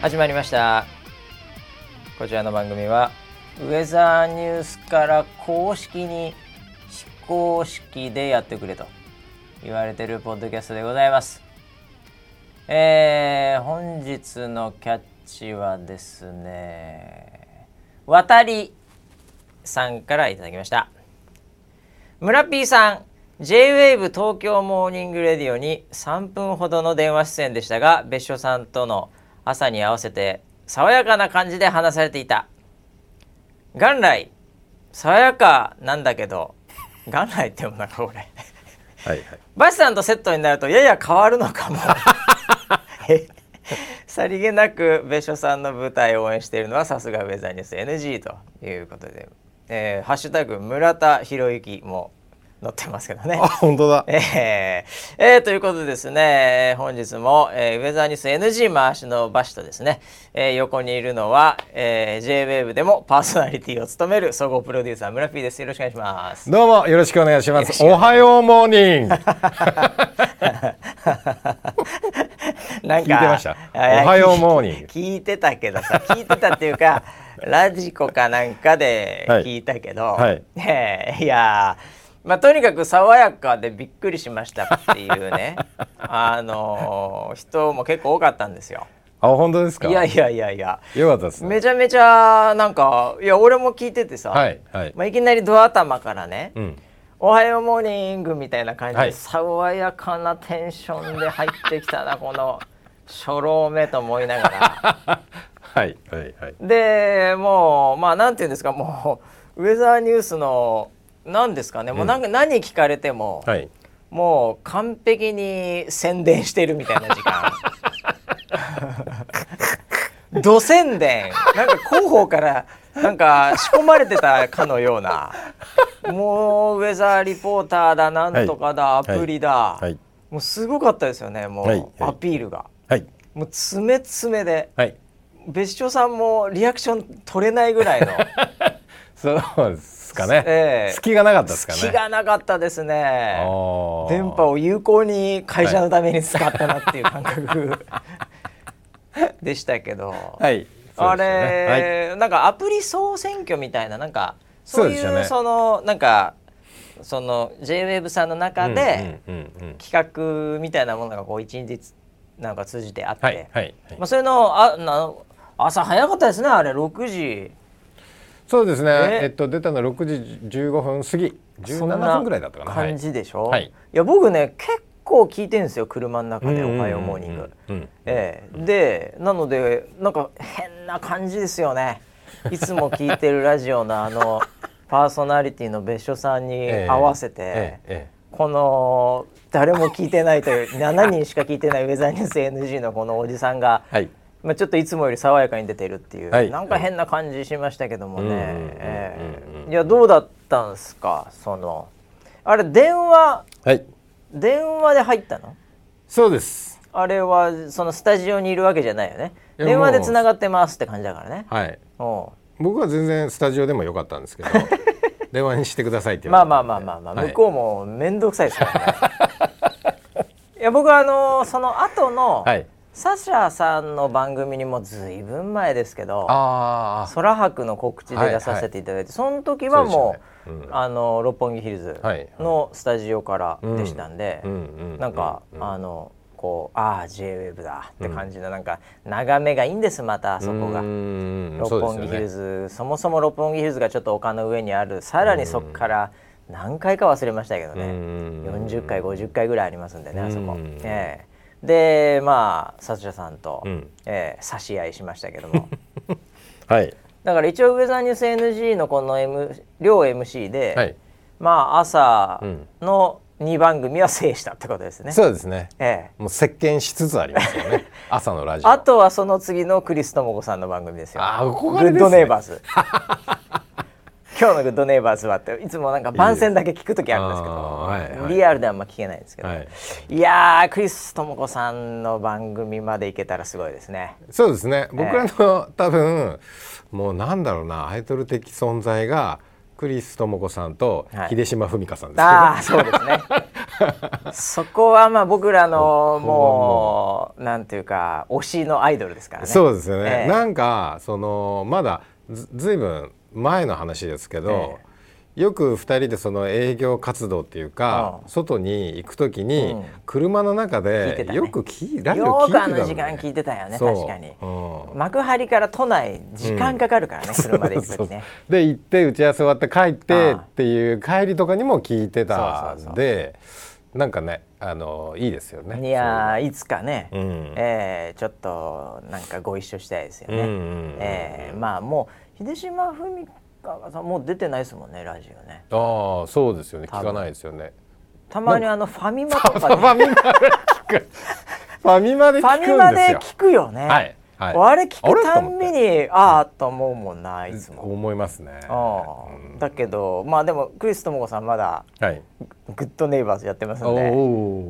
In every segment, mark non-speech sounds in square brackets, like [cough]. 始まりましたこちらの番組はウェザーニュースから公式に非公式でやってくれと言われてるポッドキャストでございますえー、本日のキャッチはですね渡りさんからいただきました村 P さん JWAVE 東京モーニングレディオに3分ほどの電話出演でしたが別所さんとの朝に合わせて爽やかな感じで話されていた元来爽やかなんだけど元来ってもなんかこれはいはい。バシさんとセットになるとやや変わるのかも [laughs] えさりげなく別所さんの舞台を応援しているのはさすがウェザーニュース NG ということで、えーハッシュタグ村田博之も載ってますけどねあ、。本当だ。 [laughs] えーえーということでですね、えー本日も、えーウェザーニュース NG 回しのバシとですね、えー横にいるのは、えー JWAVE でもパーソナリティを務める総合プロデューサー村 P です。よろしくお願いします。どうもよろしくお願いしまよろしす。くおおはようモー [laughs] ニング。なんか聞いてましたあやおはようモーニング聞いてたけどさ聞いてたっていうか [laughs] ラジコかなんかではい聞いたけど、はいねえいやーまあとにかく爽やかでびっくりしましたっていう [laughs] ねあのー人も結構多かったんですよ。あ、本当ですか。いやいやいやいやよかったですね。めちゃめちゃなんかいや俺も聞いててさ、はいはい。まあ、いきなりド頭からね、うん。おはようモーニングみたいな感じはでい爽やかなテンションで入ってきたなこの初老目と思いな [laughs] がはいはいはい。らでもうまあなんていうんですかもうウェザーニュースの何ですかねもうなんか何聞かれても、はい。もう完璧に宣伝してるみたいな時間。 [laughs] ど宣伝なんか広報からなんか仕込まれてたかのようなもうウェザーリポーターだなんとかだ、はいアプリだ、はいもうすごかったですよねもう、はいはいアピールがはいもう詰め詰めではい。別所さんもリアクション取れないぐ [laughs] らいのそうですかね。ええ隙がなかったですかね。気がなかったですね。ああ。電波を有効に会社のために使ったなっていう感覚でしたけど、はい。そあうですよねはい。れ、なんかアプリ総選挙みたいななんかそういそうでしたうねそのなんかその JWAVE さんの中でうんうんうんうん。企画みたいなものがこう一日なんか通じてあって、はいはいはい。まあそれのあな朝早かったですねあれ6時そうですえね。えっと出たの六時十五分過ぎ、十そん七な分ぐらいだったかな。はい感じでしょ。はいいや僕ね結構聞いてるんですよ車の中でうんうんうんおうんはようモーニング。うんええ、でなのでなんか変な感じですよねいつも聞いてるラジオのあ [laughs] のパーソナリティの別所さんにええ合わせて、えええこの誰も聞いてないという7人しか聞いてないウェザーニュース NG のこのおじさんが、えはい。まあ、ちょっといつもより爽やかに出てるっていう、はいなんか変な感じしましたけどもね、うんうんうんうんええいやどうだったんですかそのあれ電話はい。電話で入ったのそうです。あれはそのスタジオにいるわけじゃないよねいや電話でもうつながってますって感じだからねはい。お僕は全然スタジオでもよかったんですけ [laughs] ど電話にしてくださいってう言わまあれたまあんでまあまあまあ、はい向こうも面倒くさいですから [laughs] ねいや僕はあのーその後の、はいサシャさんの番組にもずいぶん前ですけどああ空白の告知で出させていただいて、その時はもうそうでしたねあの六本木ヒルズはいはいのスタジオからでしたんで、うんうんうんなんか、あのこうああ JWAVE だって感じの、なんか眺めがいいんですまたそこが。六本木ヒルズズそ,、もそも六本木ヒルズがちょっと丘の上にあるさらにそこから何回か忘れましたけどね、うん40回50回ぐらいありますんでねあそこ、うんええでまあサシャさんと、うんええ差し合いしましたけども [laughs] はいだから一応ウェザーニュース NG のこの、M、両 MC で、はいまあ朝の2番組は制したってことですね、そうですねええもう席巻しつつありますよ [laughs] ね朝のラジオあとはその次のクリストモコさんの番組ですよ。あー憧グれですッねドネイバーズ。 [laughs] 今日のグッドネイバーズはっていつもなんか番宣だけ聞くときあるんですけどあーはいはいリアルではあんま聞けないんですけど、はいい、やークリスともこさんの番組まで行けたらすごいですね。そうですね僕らの多分もうなんだろうなアイドル的存在がクリス智子さんとはい秀島文香さんですけど [laughs] ああそうですね。そこはまあ僕らのここはもうなんていうか推しのアイドルですからね。そうですよえね、えなんかそのまだずずいぶん前の話ですけど、よく2人でその営業活動っていうか、うん外に行く時うにん車の中聞いてでたねよく聞いラジオ聞よいくてたあの、ね、の時間聞いてたよねそう確かに。うん幕張から都内時間かかるからね、車で行く [laughs] そ時うそうね。で行って打ち合わせ終わって帰っあてあっていう帰りとかにも聞いてたそうそんうでなんかねあのいいですよね。いやーいつかね、そういうのうんえーちょっとなんかご一緒したいですよね。うんうんうんえーまあもう秀島文香さんもう出てないですもんねラジオね。ああそうですよね多聞分かないですよね。たまにあのファミマとかフでァミマで聞くファミマでファ聞ミマくんですでよ。聞くよね。はいはいあれ聞くたんびにああと思うもんないつも。思いますね。うんだけどまあでもクリス智子さんまだはい。グッドネイバーズやってますおんでお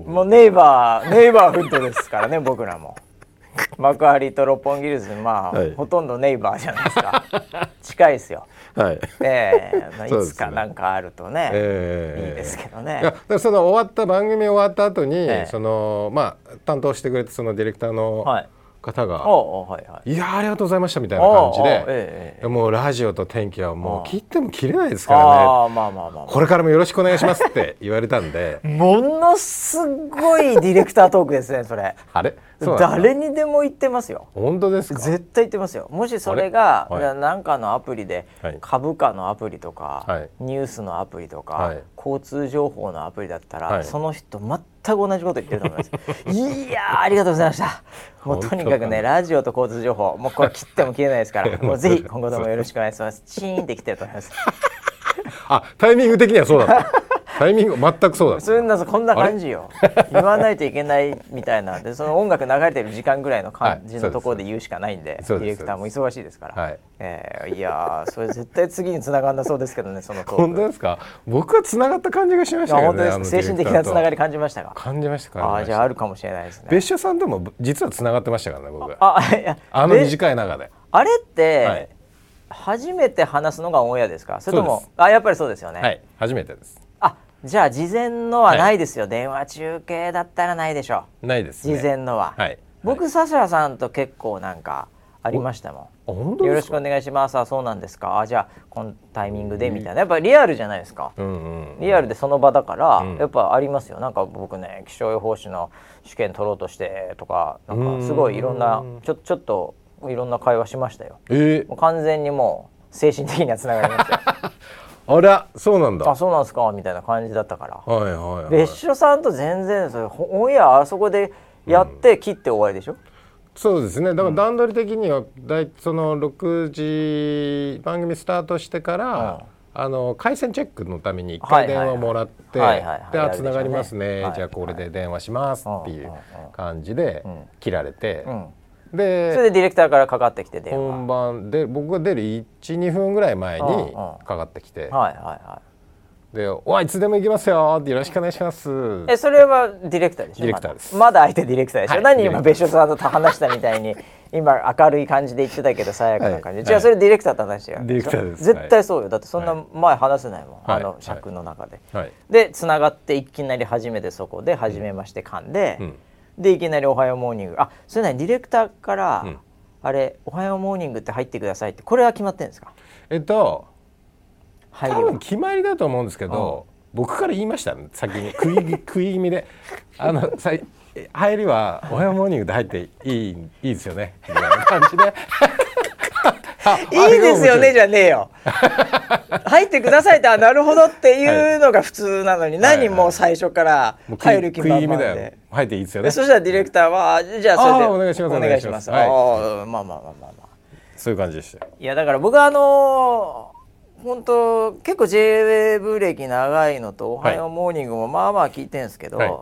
もうネイバーネイバーフッドですからね [laughs] 僕らも幕張と六本木ヒルズまあ、はいほとんどネイバーじゃないですか近いですよー。はい。ええまあいそうですねつかなんかあるとねええいいですけどいねやだからその終わった番組終わった後に、ええそのまあ担当してくれたそのディレクターのはい方が、おうおうはいはいいやーありがとうございましたみたいな感じおうおうで、えええもうラジオと天気はもう切っても切れないですからねああまあまあまあ、まこれからもよろしくお願いしますって言われたんであ、ものすごいディレクタートークですねそれあれそうなんだ誰にでも言ってますよ本当ですか絶対言ってますよもしそれがあれはいじゃあなんかのアプリではい株価のアプリとか、はいニュースのアプリとか、はい交通情報のアプリだったら、はいその人全く同じこと言ってると思い [laughs] ますいやーありがとうございましたもうとにかく本当だねねラジオと交通情報もうこれ切っても切れないです [laughs] からもうぜひ今後ともよろしくお願いしますチーンってきてると思いますあタイミング的にはそうだった [laughs] タイミング全くそうだったそういうのこんな感じよ言わないといけないみたいなんでその音楽流れてる時間ぐらいの感じはのいところで言うしかないんで,、そうデでィすレクターも忙しいですから、はいえーいやーそれ絶対次に繋がんなそうですけどねそのトー本ク当ですか僕は繋がった感じがしまいしたやけど本ね当ですか精神的な繋がりり感じましたか感じました感じあまあしじたゃああるかもしれないですね別所さんとも実は繋がってましたからね僕あいやあので短い中であれって、はい初めて話すのがオンエアですかそれとそうもですあやっぱりそうですよね、はい初めてですあじゃあ事前のはないですよ、電話中継だったらないでしょないです事ね前のは、はい僕サシャさんと結構なんかありましたもあ本ん当よろでしすくかお願いしますあそうなんですかあじゃあこのタイミングでみたいなやっぱリアルじゃないですか、うんうんリアルでその場だから、んやっぱありますよなんか僕ね気象予報士の試験取ろうとしてとかなんかすごいいろんなうんちょちょっといろんな会話しましたよえもう完全にもう精神的にはつながりましたよー、あらそうなん [laughs] だあそうなんですかみたいな感じだったからはいはいはい別所さんと全然それほオンエアあそこでやって切って終わりでしょ、そうですねだから段取り的にはだいその6時番組スタートしてから、あの回線チェックのために1はい回はいは電い話もらって「はいはいはいでやあるでしょつうねながりますね、はいじゃあこれで電話します」っていう感じで切られて、んそれででディレクターからかかってきて電話本番で僕が出る12分ぐらい前うんうんにかかってきはていはいは「でおいいつでも行きますよ」って「よろしくお願いします」いえそれはディレクターでしょディレクターですまだまだ相手ディレクターでしょ、はい何ディレ今クター別所さんと話したみたいに [laughs] 今明るい感じで言ってたけどさやかな感じ、はいじゃあそれディレクターと話してるディレクターです絶対そうよだってそんな前話せないもん、はあいの尺の中で、はいでつながっていきなり初めてそこで初めまして噛んで、うんでいきなり「おはようモーニング」あそれ何ディレクターから、うんあれ「おはようモーニング」って入ってくださいってこれは決まってるんですかえっと入り多は分決まりだと思うんですけど、僕から言いました、ね、先に食い [laughs] 気食い気味で「あのさい入りはおはようモーニングで入っていいいいですよね」みたいな感じで。あ [laughs] いいですよねじゃゃねえ [laughs] よ入ってくださいってあなるほどっていうのが普通なのに、はい何もう最初から入る気食い満気味々で、だよ入っていいですよでねそしたらディレクターはあじゃあそれであーお願いしますお願いしますお願いしあーまあまあまあまあまあそういう感じでしたよいやだから僕はあのー本当結構 JWAVE 歴長いのと「おはようモーニング」もまあまあ聞いてるんですけど、はい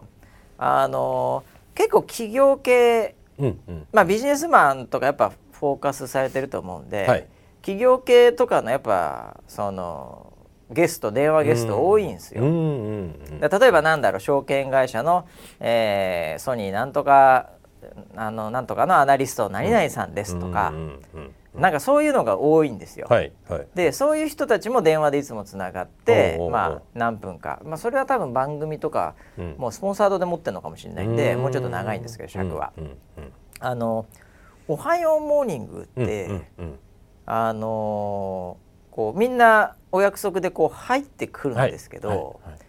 あのー結構企業系うんうんまあ、ビジネスマンとかやっぱフォーカスされてると思うんで、はい企業系とかのやっぱそのゲスト電話ゲスト多いんですうよ。んうんうんだ例えばなんだろう証券会社の、えーソニーなんとかあのなんとかのアナリスト何々さんですとか、うんうんうんなんかそういうのが多いんですよ。はいはいでそういう人たちも電話でいつもつながっておうおうおうまあ、何分か、まあ、それは多分番組とか、うんもうスポンサードで持ってるのかもしれないんでーんもうちょっと長いんですけど尺は。うんうんうんあの「おはようモーニング」うんって、うんうんあのーこうみんなお約束でこう入ってくるんですけど、はいはい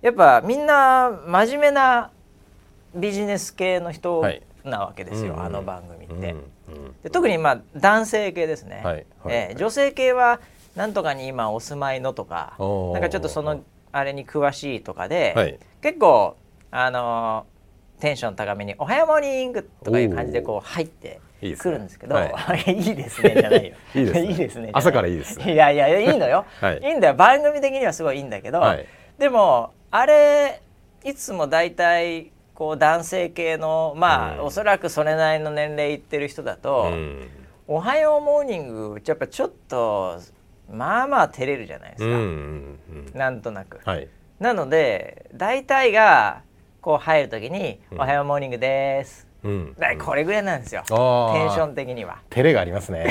やっぱみんな真面目なビジネス系の人はいなわけですよ、うんうんあの番組って。うんうんで特にまあ男性系ですね、はいはいええ女性系はなんとかに今お住まいのとかおーなんかちょっとそのあれに詳しいとかで、はい結構あのーテンション高めに「おはようモーニング」とかいう感じでこう入っていいですくねるんですけどは「 [laughs] いいですね」じゃないよ [laughs] いいですねいいですねじゃない朝からいいですねいやいやいいのよ、はいい、いんだよ番組的にはすごいいいんだけど、はいでもあれいつも大体こう男性系のまあ、うんおそらくそれなりの年齢いってる人だと「うんおはようモーニング」やっぱちょっとまあまあ照れるじゃないでうすんか、うんうんなんとなく。はいなので大体がこう入る時に「うんおはようモーニングです」うんだいこれぐらいなんですよ、あーテンション的には。照れがあります [laughs] ね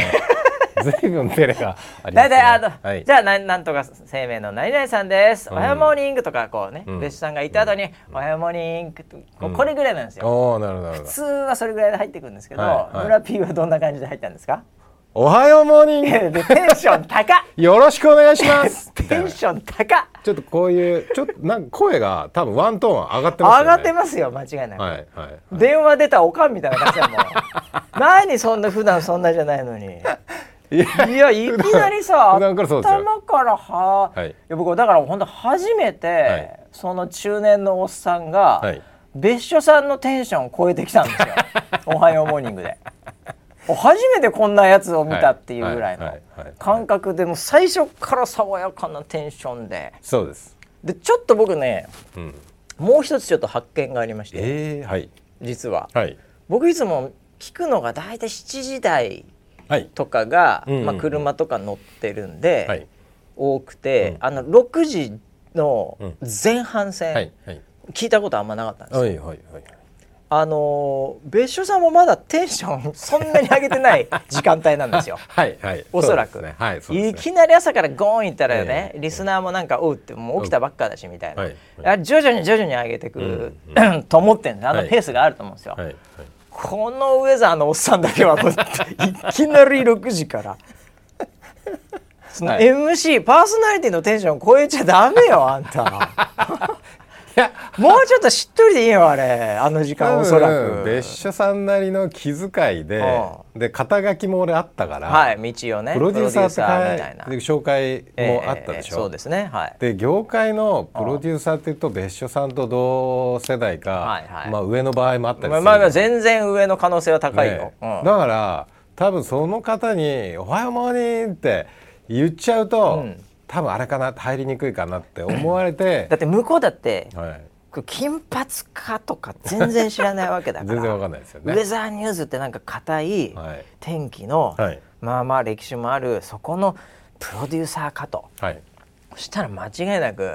随分照れがあり大ますね体あの、はいじゃあなんなんとか生命の何々さんです、おはようモーニングとかこうね、うん別所さんがいた後に、おはようモーニングとこうこれぐらいなんですよ、おおなるほどなるほ普ど通はそれぐらいで入ってくるんですけど、はいはい村 P はどんな感じで入ったんですかおはようモーニンでテンション高 [laughs] っ [laughs] グよろしくお願いしますみたテンいなション高っちょっとこういうちょっとなんか声が多分ワントーン上がってま上すよねがってますよ間違いなく、はいはい電話出たおかんみたいな感じ [laughs] だもん何そんな普段そんなじゃないのにいやいやいきなりさ普段からそうですよ頭からは、はいい、や僕はだから本当初めて、はいその中年のおっさんが、はい別所さんのテンションを超えてきたんです [laughs] よ「おはようモーニングで」初めてこんなやつを見たっていうぐらいはのいはいはい感覚でもう最初から爽やかなテンションでそうですでちょっと僕ねうんもう一つちょっと発見がありましてえーはい実は。はい僕いつも聞くのが大体7時台はいとかが、うんうんうんまあ、車とか乗ってるんで、はい多くて、あの6時の前半戦、はいはい聞いたことあんまなかったんですよ、はいはいはいあのー別所さんもまだテンション [laughs] そんなに上げてない時間帯なん [laughs] ですよはいはいおそらうくですねはいそうですいねきなり朝からゴーンいったらね、ええリスナーもなんか「おう」ってもう起きたばっかだしみたいな、はいあ徐々に徐々に上げてく、 [clears throat] と思ってんですあのペースがあると思うんですよ、はいはいこのウェザーのおっさんだけはもういきなり6時からそのはい MC パーソナリティのテンション超えちゃダメよあんたいやもうちょっとしっとりでいいよあれあの時間おそらうんく別所さんなりの気遣いでで肩書きも俺あったからはい道をねプロデューサープロデュってーサーみたいなかいで紹介もあったえでしえええそょうですねはいで業界のプロデューサーっていうと別所さんと同世代はかいはいまあ上の場合もあったりすまあるまあまあ全然上の可能性は高いよね、うんだから多分その方に「おはようモーニング」って言っちゃうと、うん多分あれかな入りにくいかなって思われてだ、って向こうだってはい、こう金髪かとか全然知らないわけだから [laughs] 全然わかんないですよね。ウェザーニューズってなんか硬いはい天気の、はいまあまあ歴史もあるそこのプロデューサーかとはいそしたら間違いなく、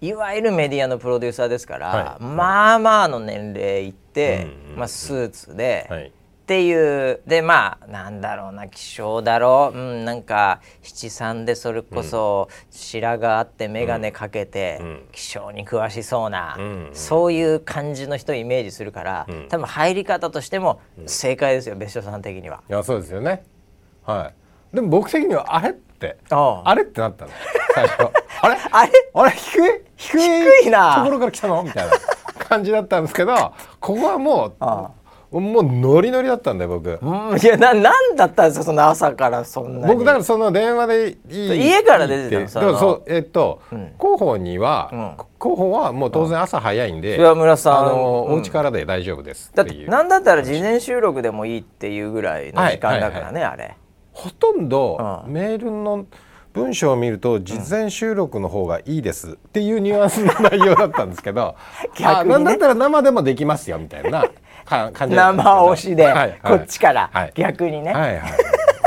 いわゆるメディアのプロデューサーですから、はいまあまあの年齢いって、うんうんまあ、スーツで、はいっていうでまあなんだろうな気象だろう、うん、なんか七三でそれこそ白髪あって眼鏡かけて、うん気象に詳しそうな、うんそういう感じの人をイメージするから、ん多分入り方としても正解ですよ、別所さん的には。いやそうですよね。はい。でも僕的にはあれってあああれってなったの [laughs] 最初あれあれあれ低い低い低いなところから来たのみたいな感じだったんですけどここはもうあもうノリノリだったんで僕。うんいやななんだったんですかその朝からそんなに僕だからその電話でいい家から出てたのいいってそだのからそうえっと、広報には、うん広報はもう当然朝早いんで、うんいや村さんあの、うんお家からで大丈夫ですだっってていうなんだったら事前収録でもいいっていうぐらいの時間だからね、あれほとんどうんメールの文章を見ると事前収録の方がいいですっていうニュアンスの内容だったんですけど [laughs] 逆にねあなんだったら生でもできますよみたい [laughs] なか感じだったんですけど生押しで、はいはいこっちから、はい逆にね、はいはい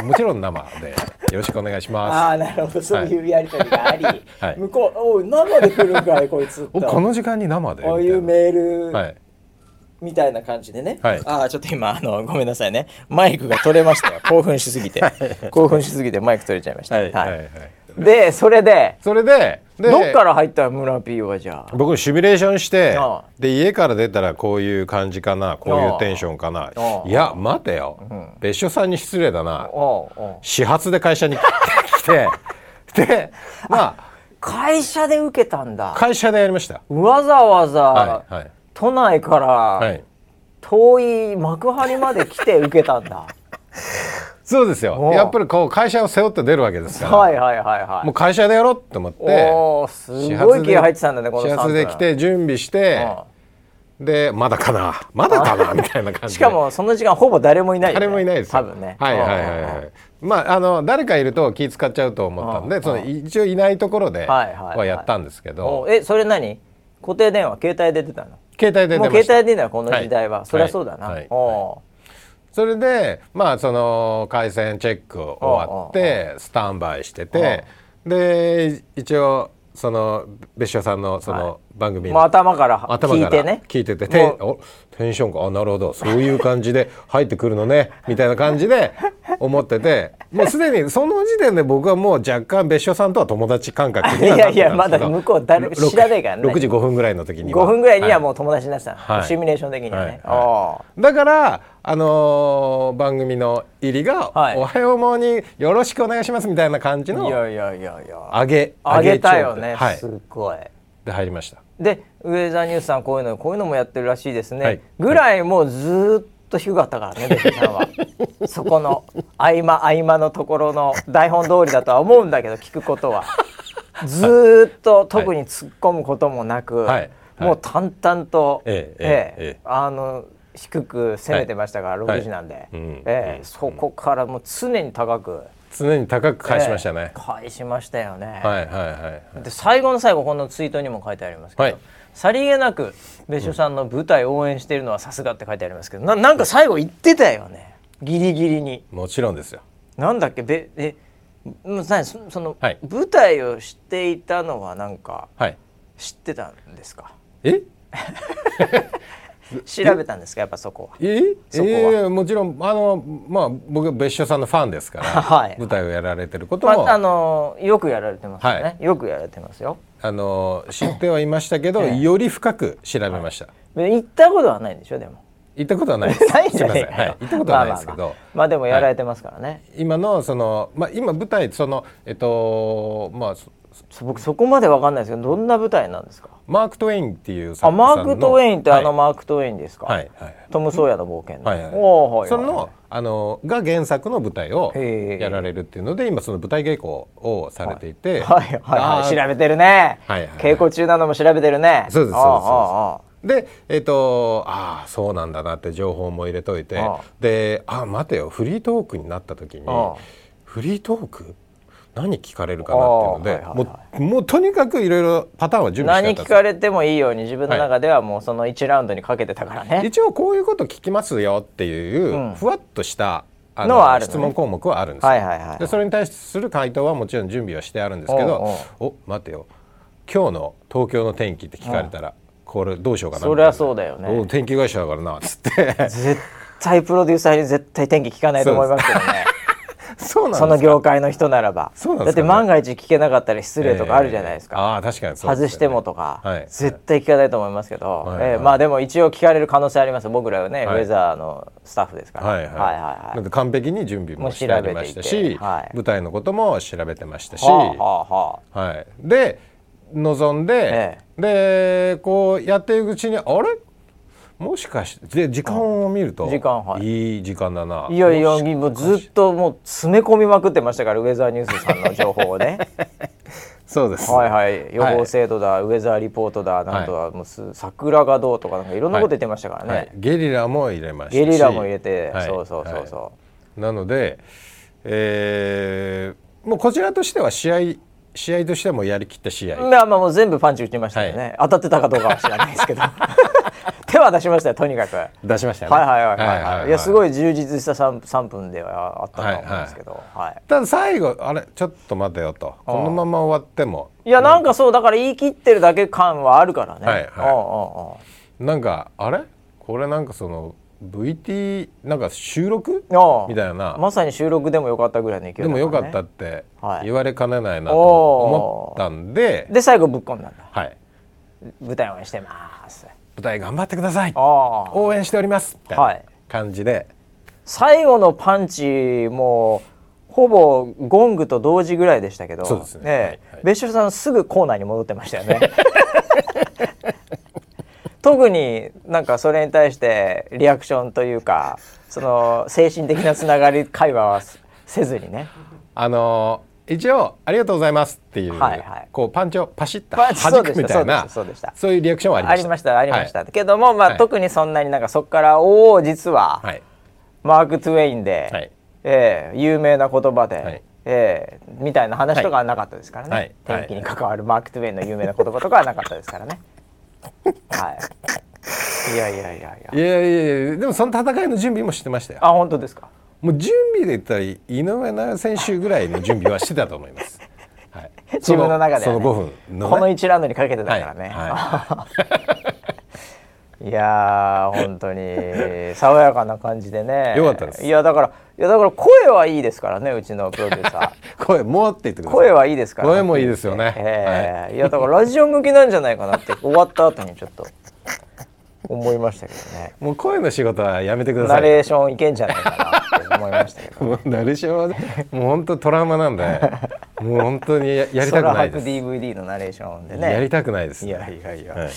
もちろん生でよろしくお願いしますああなるほどそういうやり取りがあり、はい向こう「おう生で来るんかいこいつ」 [laughs] おとここの時間に生でういうみたいメなはールいみたいな感じでね、はいああちょっと今あのごめんなさいねマイクが取れま [laughs] したよ興奮しすぎて興奮しすぎてマイク取れちゃいました、はいはいははいいでそれでそれででどっから入った村 P はじゃあ僕シミュレーションしてああで家から出たらこういう感じかなこういうテンションかなああいや待てよ、別所さんに失礼だなおうおう始発で会社に [laughs] 来てでまあ会社で受けたんだ会社でやりましたわざわざはいはい都内かはらい遠い幕張まで来て受けたん [laughs] だそうですよおやっぱりこう会社を背負って出るわけですから、はいはいはいはいもう会社でやろうと思っておーすごい気合入ってたんだねこの始3発分で来て準備してでまだかなまだかなみたいな感うんじ [laughs] でしかもその時間ほぼ誰もいないよね誰もいないですよ多分ねはいはいはいうんうんうんはいまああの誰かいると気使っちゃうと思ったんでその一応いないところはでいはいはいはやったんですけおどえそれ何固定電話携帯で出たの携帯でも出うま携した帯で出たこの時代は、はいそりゃそうだな、はいおそれでまあその回線チェック終わってスタンバイしててで一応その別所さんのその番ー組のもう頭から頭聞いかてらね聞いててもてうおテンションかあなるほどそういう感じで入ってくるの [laughs] ねみたいな感じで思っててもうすでにその時点で僕はもう若干別所さんとは友達感覚にはなってたんですけどいやいやまだ向こう誰も知らないからねろく6時5分ぐらいの時に5分ぐらいにはう、もう友達になってたの、はいシミュレーション的にはね、はいはいおいだからあのー番組の入りが、はいおはようモーニングよろしくお願いします」みたいな感じーいのやいやいやいや上げあげたよ上げね、調はいすごいで入りましたでウェザーニュースさんこういうのこういうのもやってるらしいですね、はいぐらいもうずーっと低かったから [laughs] ね別所さんはそこの合間合間のところの台本通りだとは思うんだけど聞くことはずーっと特に突っ込むこともなく、はいはいもう淡々と、ええええええあの低く攻めてましたから、はい6時なんで、うんええそこからもう常に高く常に高く返しましたね、ええ返しましたよね、はいはいはいで最後の最後このツイートにも書いてありますけど、はいさりげなく別所さんの舞台応援してるのはさすがって書いてありますけどななんか最後言ってたよねギリギリにもちろんですよなんだっけべえもう何そその、はい舞台を知っていたのはなんかはい知ってたんですかえ調べたんですかやっぱそこはえそこはええもちろんあのまあ僕は別所さんのファンですから、はい舞台をやられてることまも、あ、ああののよくやられてますよね、はいよくやられてますよ知ってはいましたけど、ええより深く調べました、で行ったことはないんでしょでも行ったことは [laughs] ないですないんすじいゃま [laughs] なせいん、かはい、行ったことはないですけど、まあまあまあまあでもやられてますからね、今のその、まあ、今舞台そのえっとまあそそ僕そこまでわかんないですけどどんな舞台なんですかマーク・トウェインっていうあ作マ家さんのーク・トウェインってあのマーク・トウェインですか、はいはいトム・ソーヤの冒険の、はいはいおーはいはいそのあのが原作の舞台をへえやられるっていうので今その舞台稽古をされていて、はいはいあはいー調べてるね、はいはいはい稽古中なのも調べてるねそうですあーそうであすでえっ、とああそうなんだなって情報も入れといてああでああ待てよフリートークになった時にああフリートーク何聞かれるかなっていうのでああはいはいはもうもうとにかくいろいろパターンは準ー備あしてあー何ったん聞ですよかれてもいいように自分の中ではもうその1ラウンドにかけてたからね、一応こういうこと聞きますよっていう、うんふわっとしたあのはあるのね質問項目はあるんですよ、はいはいはいでそれに対する回答はもちろん準備はしてあるんですけどお待てよ今日の東京の天気って聞かれたら、これどうしようかなそりゃそうだよねお天気会社だか [laughs] らなっつって絶対プロデューサーに絶対天気聞かないと思いますけどねそうなんですそかの業界の人ならばそうなだんでっすてかね万が一聞けなかったら失礼とかあるじゃないですか、えーああ確かにそうですよね外してもとか、はい絶対聞かないと思いますけど、はいはいえーまあでも一応聞かれる可能性あります僕らはね、はいウェザーのスタッフですから、はいはいはいはいなはいんで完璧に準備もしてありましたもう調べていしてはい舞台のことも調べてましたし、はあはあははい、で望んで、でこうやっていくうちにあれもしかしてで時間を見ると、、時間はいい時間だあないいやいやもうずっともう詰め込みまくってましたからウェザーニュースさんの情報を [laughs] ねそうです、はいはい予防制度だ、ウェザーリポートだなんとはもうす桜がどうとかなんかいろんなこと言ってましたからね、はいゲリラも入れましたしゲリラも入れて、はいそうそうそうそう、はなので、えーもうこちらとしては試合試合としてもやりきった試合、まあまあもう全部パンチ打ちましたよね、当はたってたかどうかは知らないです [laughs] けど手は出しましたよとにかくはい出しましたよねはいはいはい,、はいいやすごい充実した 3, 3分ではあったとは思うんですけど、はいいただ最後あれちょっと待てよとこのまま終わってもやなんかそうだから言い切ってるだけ感はあるからね、はいはいおうおうおうなんかあれここれなんかその VT なんか収録ああみたいな、まさに収録でもよかったぐらいの勢いだでもよかったらっねてはい言われかねないなと思ったんで、で最後ぶっ込んだんだはい、舞台応援してます舞台頑張ってくださいああ応援しておりますみたいはない感じで、最後のパンチもうほぼゴングと同時ぐらいでしたけどそうですねええはいはい別所さんすぐコーナーに戻ってましたよね [laughs] 特になんかそれに対してリアクションというかその精神的なつながり会話はせずにねあのー一応「ありがとうございます」っていう、はいはいこうパンチをパシッとパン弾チそうでしくたみたいなそうでしたそうでしたそういうリアクションはあありりままししたたありました、はいけども、まあはい特にそんなになんかそこから「おお実は、はいマーク・トゥェインで、はいええ有名な言葉で、はいええみたいな話とかはなかったですからね、はいはい天気に関わるマーク・トゥェインの有名な言葉とかはなかったですからね。はい、いやいやいやいやいやいやいやでもその戦いの準備もしてましたよあ本当ですかもう準備で言ったら井上尚弥選手ぐらいの準備はしてたと思います。 [laughs] はい、自分の中ではそね、の5分の、ね、この1ラウンドにかけてたからね、、はいは [laughs] いやー本当に爽やかな感じでねよかったですいやだからいやだから声はいいですからねうちのプロデューサー。い、声もって言ってください声はいいですから声もいいですよねええい、やだからラジオ向きなんじゃないかなって終わった後にちょっと思いましたけどねもう声の仕事はやめてくださナいレーションいけんじゃないかなって思いましたけどもうナレーションはねもう本当トラウマなんで [laughs] もう本当に [laughs] ややりたくないです、ソラハク DVD のナレーションでねやりたくないですいやいやいや、はい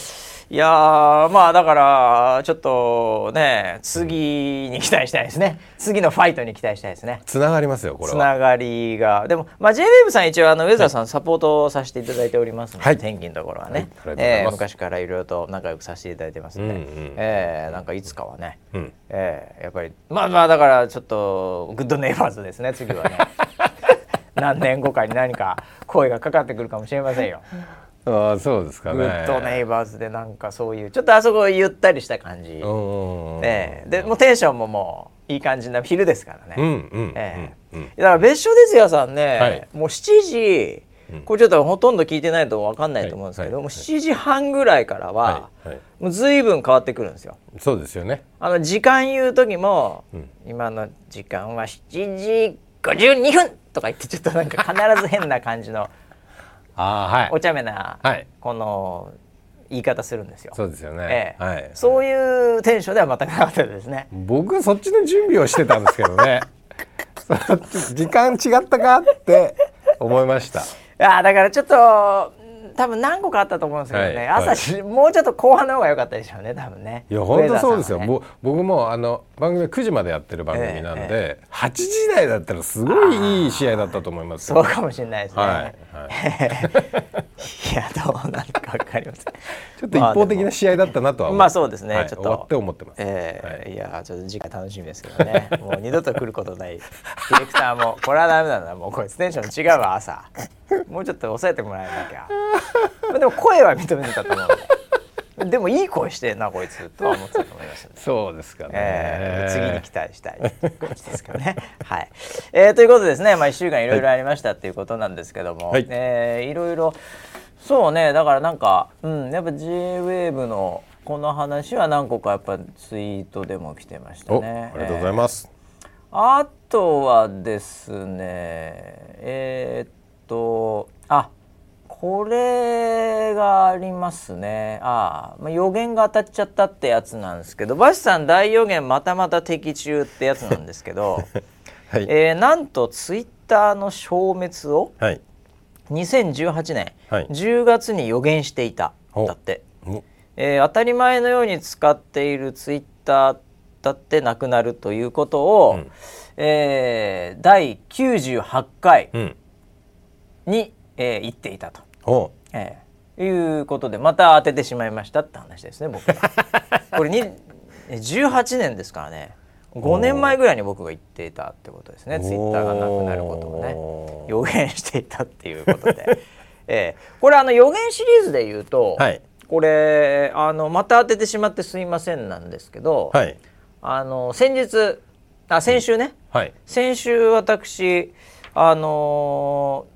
い、やーまあだからちょっとね次に期待したいですね次のファイトに期待したいですねつながりますよこれつはながりがでも、まあ、JWAVE さん一応あのウェザーさんサポートをさせていただいておりますので、はい天気のところははいあねりがとう、ございえまーす昔からいろいろと仲良くさせていただいてますので、うんうんえーなんかいつかはね、うんえーやっぱりまあまあだからちょっとグッドネイバーズですね次 [laughs] はね何年後かに何か声がかかってくるかもしれません [laughs] よ。ああそうですかねグッドネイバーズでなんかそういうちょっとあそこゆったりした感じ、うんうんうんえーでもうテンションももういい感じな昼ですからね。うんうんええうんうんだから別所哲也さんね、はいもう7時これちょっとほとんど聞いてないと分かんないと思うんですけど、はいもう7時半ぐらいからは、はいはいもう随分変わってくるんですよ。そうですよねあの時間言う時も、今の時間は7時52分とか言ってちょっとなんか必ず変な感じのああはおい茶目なはいこの言い方するんですよ。そうですよえね、えはいそういうテンションでは全くなかったですね。僕そっちの準備をしてたんですけどね [laughs] そっち時間違ったかって思いましたあーだからちょっとうん多分何個かあったと思うんですけどね、はい朝はいし、もうちょっと後半の方が良かったでしょうね多分ねいや本当そうですよ、ウェザーぼ僕もあの番組は9時までやってる番組なんえで、8時台だったらすごいいい試合だったと思いますさんよはねそうかもしれないですね、はい、はい [laughs] い、やどうなるか分かりま [laughs] せんちょっと一方的な試合だったなとは思まあそうですねはいちょっと終わって思ってます、えーい、やーちょっと次回楽しみですけどねもう二度と来ることないディレクターもこれはダメだなもうこいつテンション違うわ朝もうちょっと抑えてもらえなきゃ [laughs] まあでも声は認めてたと思うんででもいい声してんなこいつとは思ってたと思いますねそうですかね、えー次に期待したいという感じですかね。はい、えーということでですね、まあ、1週間いろいろありましたっていうことなんですけども、はいいえーいろいろそうねだからなんか、うん、やっぱ JWAVE のこの話は何個かやっぱツイートでも来てましたおね。ありがとうございす、ます、あとはですねえーっとあこれがありますねあー、まあ、予言が当たっちゃったってやつなんですけどバシさん大予言またまた的中ってやつなんですけど、 [laughs] はい、えーなんとツイッターの消滅をはい2018年はい10月に予言していた、おだって、おえー当たり前のように使っているツイッターだってなくなるということを、えー第98回うんに、えー言っていたと、おえーいうことでまた当ててしまいましたって話ですね僕 [laughs] はこれにえー18年ですからね5年前ぐらいに僕が言っていたってことですねツイッターがなくなることをおねー予言していたっていうことで、 [laughs] えーこれあの予言シリーズで言うと、はいこれあのまた当ててしまってすいませんなんですけど、はいあの先日あ先週ね、はい先週私あのー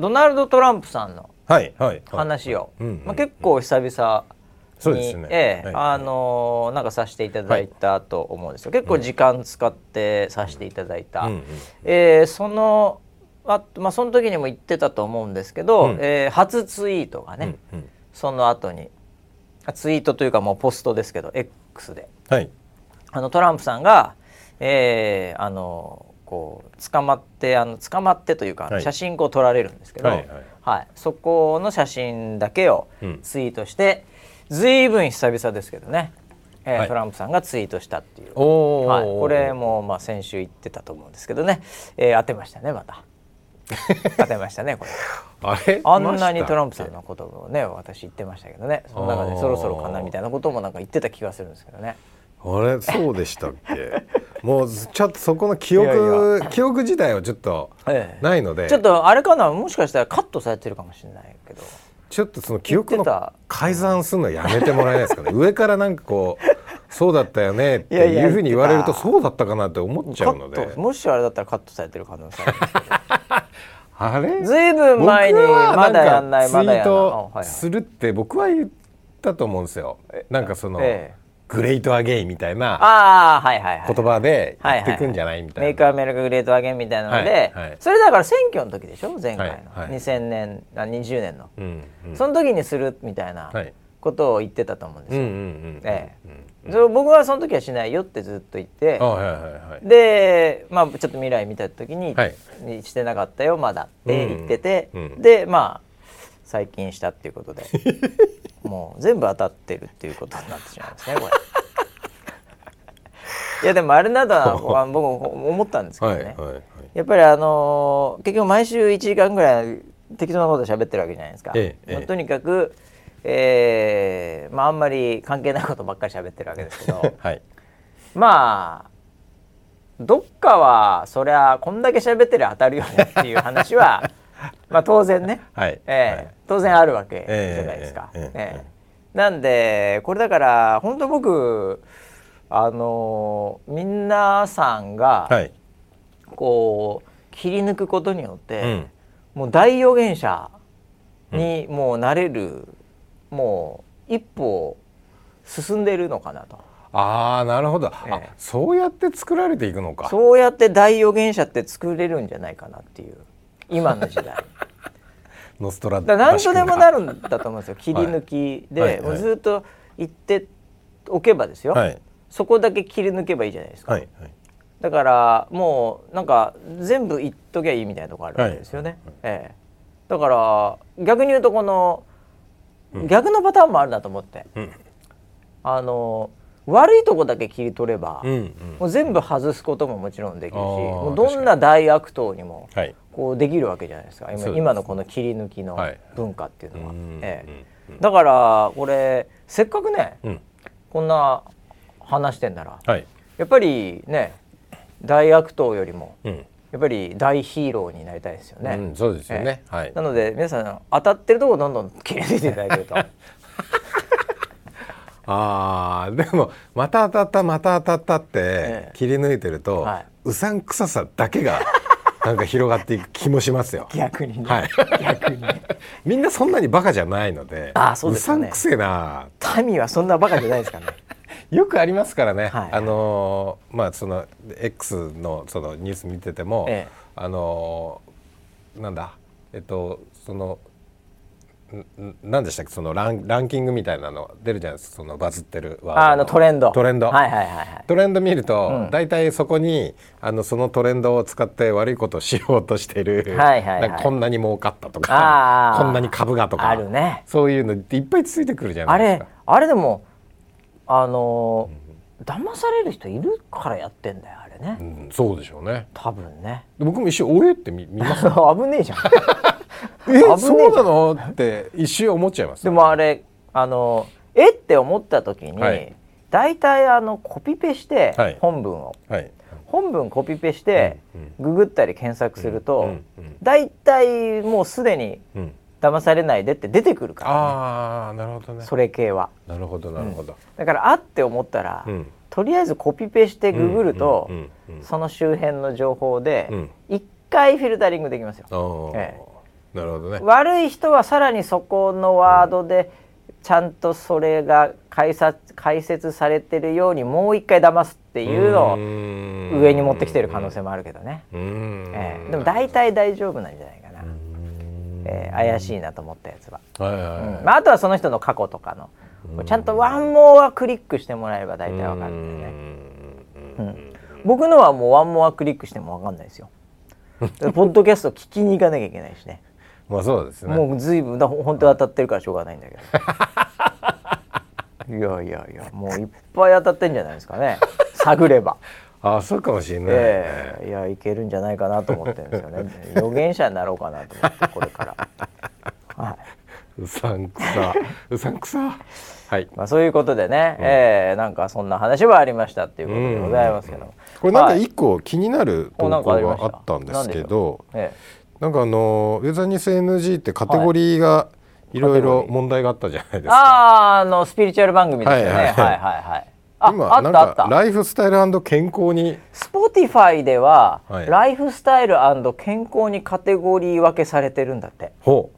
ドナルド・トランプさんのはいはいはい話を、うんうんまあ、結構久々そうですねええはいあのーなんかさせていただいたと思うんですよ、結構時間使ってさせていただいた、うんうんえーそのあまあその時にも言ってたと思うんですけど、うんえー初ツイートがね、うんうんその後にあツイートというかもうポストですけど X ではいあのトランプさんが、えーあのこう捕まってあの捕まってというか、あのはい写真こう撮られるんですけど、ははいいはいそこの写真だけをうんツイートして、ずいぶん久々ですけどね、えーはいトランプさんがツイートしたっていう、おーはい、これもまあ先週言ってたと思うんですけどね、えー当てましたねま [laughs] た当てましたねこれあれあんなにトランプさいんましのことをね私言ってましたけどねその中あでーそろそろかなみたいなこともなんか言ってた気がするんですけどね。たあれそうでしたっけもうちょっとそこの記憶いや記憶自体はちょっとええないのでちょっとあれかなもしかしたらカットされてるかもしれないけどちょっとその記憶言ってのた改ざんするのやめてもらえないですかね上からなんかこうそうだったよねっていやいいやうふうに言われると言ってたそうだったかなって思っちゃカうのでットもしあれだったらカットされてる可能性あるあれずいぶん前に僕はまだやんないんかまだ [laughs] やんないツイーあトはいはいするって僕は言ったと思うんですよなんかその、ええグレイトアゲインみたいなああはいはいはい言葉ではい言っはいてくんじゃないみたメイいクなアメリカグレートアゲンみたいなので、はいはいそれだから選挙の時でしょ前回の、はいはい2000年あ20年の、うんうんその時にするみたいなはいことを言ってたと思うんですうんうよ、んうんええうんそれ僕はその時はしないよってずっと言ってあはいはいはいで、まあ、ちょっと未来見た時に、はいにしてなかったよまだって言ってて、うんうんでまあ最近したっていうことで [laughs] もう全部当たってるっていうことになってしまいますね [laughs] これ。いやでもあれなどは [laughs] 僕は僕思ったんですけどはいね、はいはいやっぱりあのー結局毎週1時間ぐらい適当なこと喋ってるわけじゃないですか、ええまあええとにかく、えーまあ、あんまり関係ないことばっかり喋ってるわけですけどはいまあどっかはそりゃこんだけ喋ってりゃ当たるよねっていう話 [laughs] はまあ当然ね、はいええはい当然あるわけじええゃないですか。えええええええなんでこれだから本当僕あのーみんなさんが、はいこう切り抜くことによっうてん、もう大予言者にもうなれる、もう一歩進んでるのかなとああなるほど、えあえそうやって作られていくのかそうやって大予言者って作れるんじゃないかなっていう今の時 [laughs] 代だかノストラらダ何とでもなるるんだと思うんですよ切り抜きで、はいはいもうずっと言っておけばですよ、はいそこだけ切り抜けばいいじゃないですか、はいはいだからもうなんか全部言っときゃいいみたいなとこあるわけですよね、ええ、だから逆に言うとこの、逆のパターンもあるなと思ってうんあの悪いとこだけ切り取れば、うんうんもう全部外すことももちろんできるしあーもうどんな大悪党にもはいこうできるわけじゃないですか今そうです今のこの切り抜きのはい文化っていうのは。うんええうんだからこれせっかくね、うんこんな話してんならはいやっぱりね大悪党よりもうんやっぱり大ヒーローになりたいですよね。うんそうですよねええはいなので皆さん当たってるとこどんどん切り抜いていただけるとあーでもまた当たったまた当たったってええ切り抜いてると、はいうさんくささだけがなんか広がっていく気もしま [laughs] すよ。逆にね、はい、逆にね [laughs] みんなそんなにバカじゃないのであーそうですよねうさんくせえな民はそんなバカじゃないです [laughs] からね。よくありますからね、はいあのーまあその X のそのニュース見てても、ええあのーなんだえっとそのんんなんでしたっけそのランランキングみたいなの出るじゃないですかそのバズってるワードあのトレンドトレンド、はいはいはいはいトレンド見ると、大体そこにあのそのトレンドを使って悪いことをしようとしてる、はいはいはいなんかこんなに儲かったとあかーこんなに株がとかあるねそういうのっていっぱいついてくるじゃなあいですれか。あれでもあのー騙される人いるからやってんだよあれね、うん、そうでしょうね多分ね [laughs] 僕も一瞬「おえ?」って見見ます危ねえじゃん [laughs] えゃんそうなのって一瞬思っちゃいますでもあれあのーえって思った時に、はい大体あのコピペして、はい本文をはい本文コピペして、ググったり検索するうとんうん大体、もうすでにうん騙されないでって出てくるから、ああなるほどねそれ系はなるほどなるほど、だからあって思ったら、うんとりあえずコピペしてググると、うんうんうんその周辺の情報うでん一回フィルタリングできますよ、あーえなるほどね悪い人はさらにそこのワードでちゃんとそれが解説解説されてるようにもう一回騙すっていうのをを上に持ってきてる可能性もあるけどね、うんええでも大体大丈夫なんじゃないかな、ええ怪しいなと思ったやつは、はいはいはいまあ、あとはその人の過去とかのちゃんとワンモアクリックしてもらえば大体わかるんだよね僕のはもうワンモアクリックしてもわかんないですよポッドキャスト聞きに行かなきゃいけないしねまあそうですねもう随分だ本当に当たってるからしょうがないんだけ [laughs] どいやいやいやもういっぱい当たってんじゃないですかね探れば、ああそうかもしれない、ええいやいけるんじゃないかなと思ってるんですよね予言者になろうかなと思ってこれ [laughs] から、はうさん [laughs] くさうさんくさはいいまあ、そういうことでね、ええなんかそんな話はありましたっていうことでございますけども、これなんかはい一個気になる投おなん稿かありましがたあったんですけどえなんかあのウェザーニュース NG ってカテゴリーがいろいろ問題があったじゃないでえすか、あああのスピリチュアル番組ですよね、はいはいはいはいはいああなっんたあっかたライフスタイル健康に Spotify では、はいライフスタイル健康にカテゴリー分けされてるんだってほ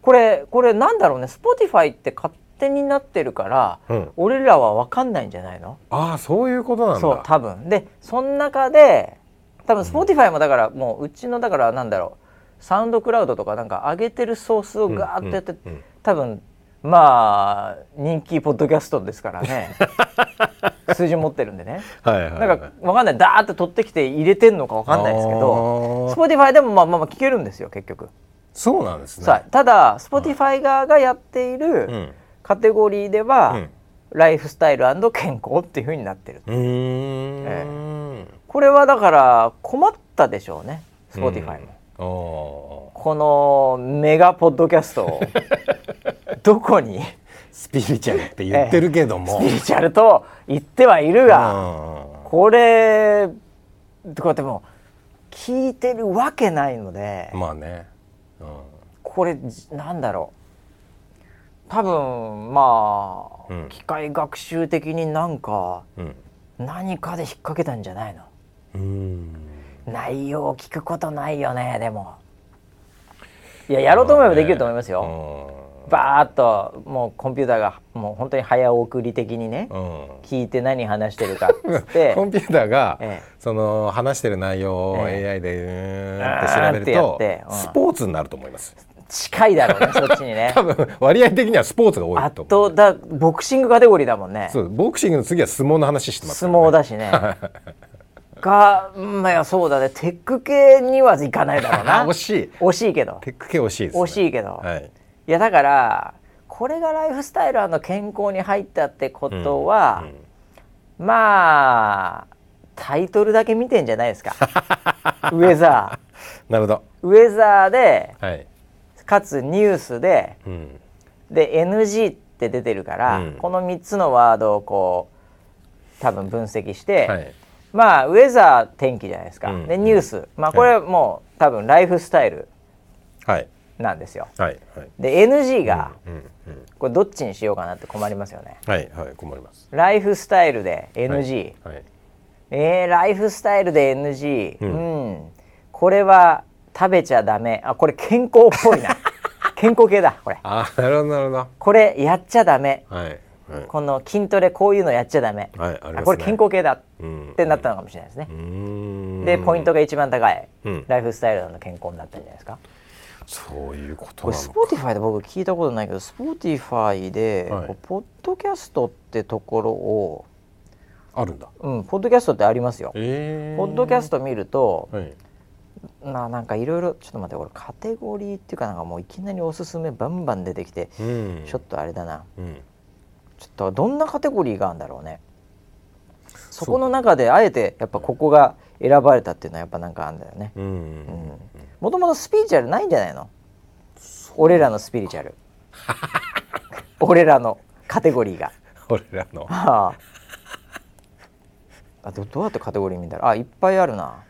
これこれなんだろうね Spotify って勝手になってるから、うん俺らは分かんないんじゃないのうああそういうことなんだそう多分でその中で多分 Spotify もだから、もううちのだからなんだろうサウンドクラウドとかなんか上げてるソースをガーッとやって、うんうんうん多分まあ人気ポッドキャストですから [laughs] ね数字持ってるんでねはいはい、はい、なんかわかんないダーって取ってきて入れてんのかわかんないですけどあー Spotify でもまあまあまあ聞けるんですよ結局、そうなんですねさあただ Spotify 側がやっていうんるカテゴリーでは、うんライフスタイル健康っていう風になってるうーん、これはだから困ったでしょうね Spotify も、も、このメガポッドキャス [laughs] トをどこにあースピリチュアルって言ってるけども、スピリチュアルと言ってはいるが、うこれこうやってもう聞いてるわけないのでん、まあね、うん、これじなんだろう多分まあ、うん機械学習的になんかうん何かで引っ掛けたんじゃないのうーん、内容を聞くことないよねでもいややろうと思えばできると思いますよ、バーっともうコンピューターがもう本当に早送り的にね、うん、聞いて何話してるかっつっ [laughs] てコンピューターが、えその話してる内容をえ AI でうーんって調べるあーとってやってうんスポーツになると思います近いだろうねそっちにね [laughs] 多分割合的にはスポーツが多い圧と思う倒だボクシングカテゴリーだもんねそうボクシングの次は相撲の話してますか相ら撲だし [laughs] ねがまあいやそうだねテック系にはいかないだろうな [laughs] あ惜しい惜しいけどテック系惜しいです、ね、惜しいけど、はい、いやだからこれがライフスタイルの健康に入ったってことは、まあタイトルだけ見てんじゃない [laughs] ですかウェザなるほどーウェザーではい、かつニュースでうん、で NG って出てるから、うんこの3つのワードをこう多分分析して、はいまあウェザー天気じゃないですか、うんでニュースまあこれはもう多分ライフスタイルはいなんですよはいはいで NG がうんうんこれどっちにしようかなって困りますよねはいはい困りますライフスタイルで NG、はいえーライフスタイルで NG うん、これは食べちゃダメあこれ健康っぽい [laughs] な健康系だこれあーなるほどなるほどこれやっちゃダメはいはいこの筋トレこういうのやっちゃダメ、はいありますねこれ健康系だっうんてなったのかもしれないですねう、ーんでポイントが一番高い、うんライフスタイルの健康になったんじゃないですかそういうことこれなスのポーティファイで僕聞いたことないけどスポーティファイで、はいこうポッドキャストってところをあるんだうんポッドキャストってありますよえポッドキャスト見ると、はいななんかいろいろちょっと待ってこれカテゴリーっていうかなんかもういきなりおすすめバンバン出てきて、うんちょっとあれだなうんちょっとどんなカテゴリーがあるんだろうねそこの中であえてやっぱここが選ばれたっていうのはやっぱなんかあるんだよねうんもともとスピリチュアルないんじゃないの俺らのスピリチュア [laughs] ル俺らのカテゴリーが俺らのああどどうやってカテゴリー見たらあいっぱいあるな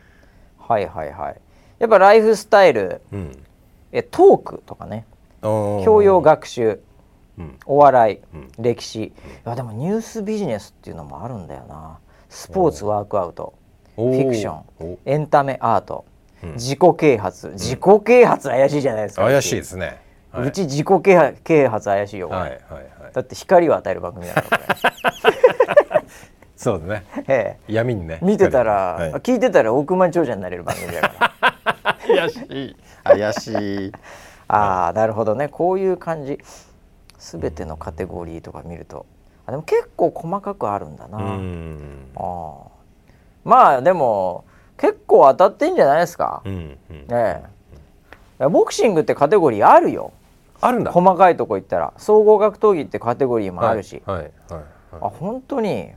はいはいはいやっぱライフスタイルうんえトークとかね教養学習うんお笑い、うん歴史いやでもニュースビジネスっていうのもあるんだよなスポーツワークアウトフおーィクションおエンタメアート、うん自己啓発自己啓発怪しいじゃないですか怪しいですねはいうち自己啓発啓発怪しいよ、これはいはいはいだって光を与える番組だからこ [laughs] そうですねれ、え闇にねえ見てたら、はい聞いてたら億万長者になれる番組だ [laughs] から怪しい怪しいああなるほどねこういう感じ全てのカテゴリーとか見るとあでも結構細かくあるんだな、うんあーまあでも結構当たってんじゃないですか、うんうんええボクシングってカテゴリーあるよあるんだ細かいとこ行ったら総合格闘技ってカテゴリーもあるし、はいはいはいあ本当に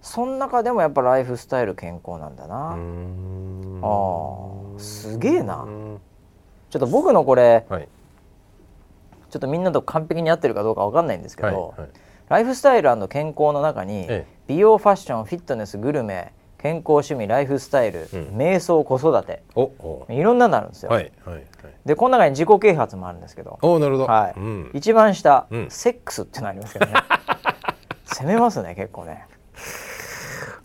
その中でもやっぱライフスタイル健康なんだうな、ーんあーすげえな、うんちょっと僕のこれはいちょっとみんなと完璧に合ってるかどうかわかんないんですけど、はいはいライフスタイル健康の中に、え美容ファッションフィットネスグルメ健康趣味ライフスタイル、うん瞑想子育ておおいろんなのあるんですよ、はいはいはいでこの中に自己啓発もあるんですけどおなるほどはいうん一番下、うんセックスってのありますけど [laughs] ね攻めますね結構ね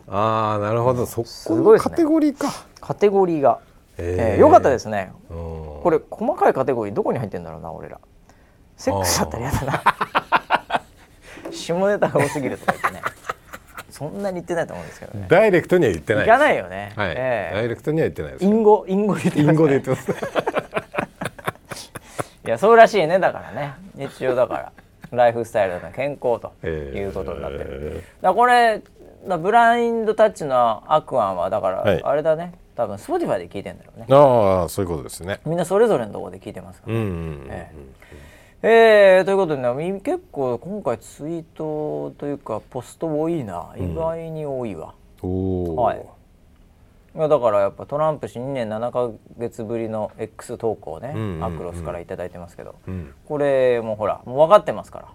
ああなるほどそすこごいでのすカねテゴリーかカテゴリーが、ええーよかったですすねここれ細かいカテゴリーどこに入ってんだろうな俺らセックスだったら嫌だな [laughs] 下ネタが多すぎるとか言って [laughs] ねそんなに言ってないと思うんですけどねダイレクトには言ってないいかいないよね、はいええダイレクトには言ってないです隠語隠語で言ってイますねンゴで言ってます [laughs] いやそうらしいねだからね日常だから [laughs] ライフスタイルの健康ということになってる、るだからこれだブラインドタッチのアクアンはだから、はいあれだね多分 Spotify で聞いてんだろうねああそういうことですねみんなそれぞれのところで聞いてますから、うんうんええーということでねみ結構今回ツイートというかポスト多いな意外に多いわ、うんおおはいいやだからやっぱトランプ氏2年7か月ぶりの X 投稿をね、うんうんうんアクロスから頂いただいてますけど、うんこれもほらもう分かってますから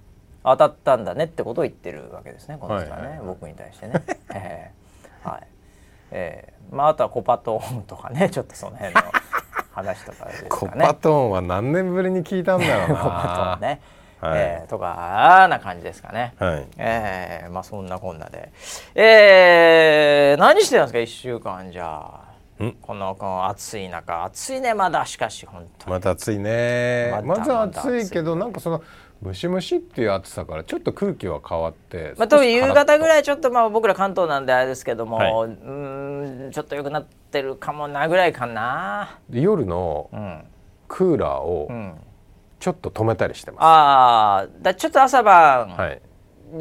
当たったんだねってことを言ってるわけですねこの人はね、はいはいはい僕に対してね。 [laughs] ええはいええまああとはコパトーンとかねち [laughs] ょっとその辺の話とかです [laughs] コかね。パトーンは何年ぶりに聞いたんだろうな [laughs] コパトーンね、はいええとかな感じですかね。はいええまあそんなこんなで、ええ何してたんですか1週間じゃあんこのこの暑い中暑いねまだしかし本当にまた暑いねままたず暑いけどなんかそのムシムシっていう暑さからちょっと空気は変わってまあ、特に夕方ぐいらいちょっとまあ僕ら関東なんであれですけども、はいうーんちょっと良くなってるかもなぐらいかな夜のうん、クーラーをうん、ちょっと止めたりしてます、あーだちょっと朝晩はい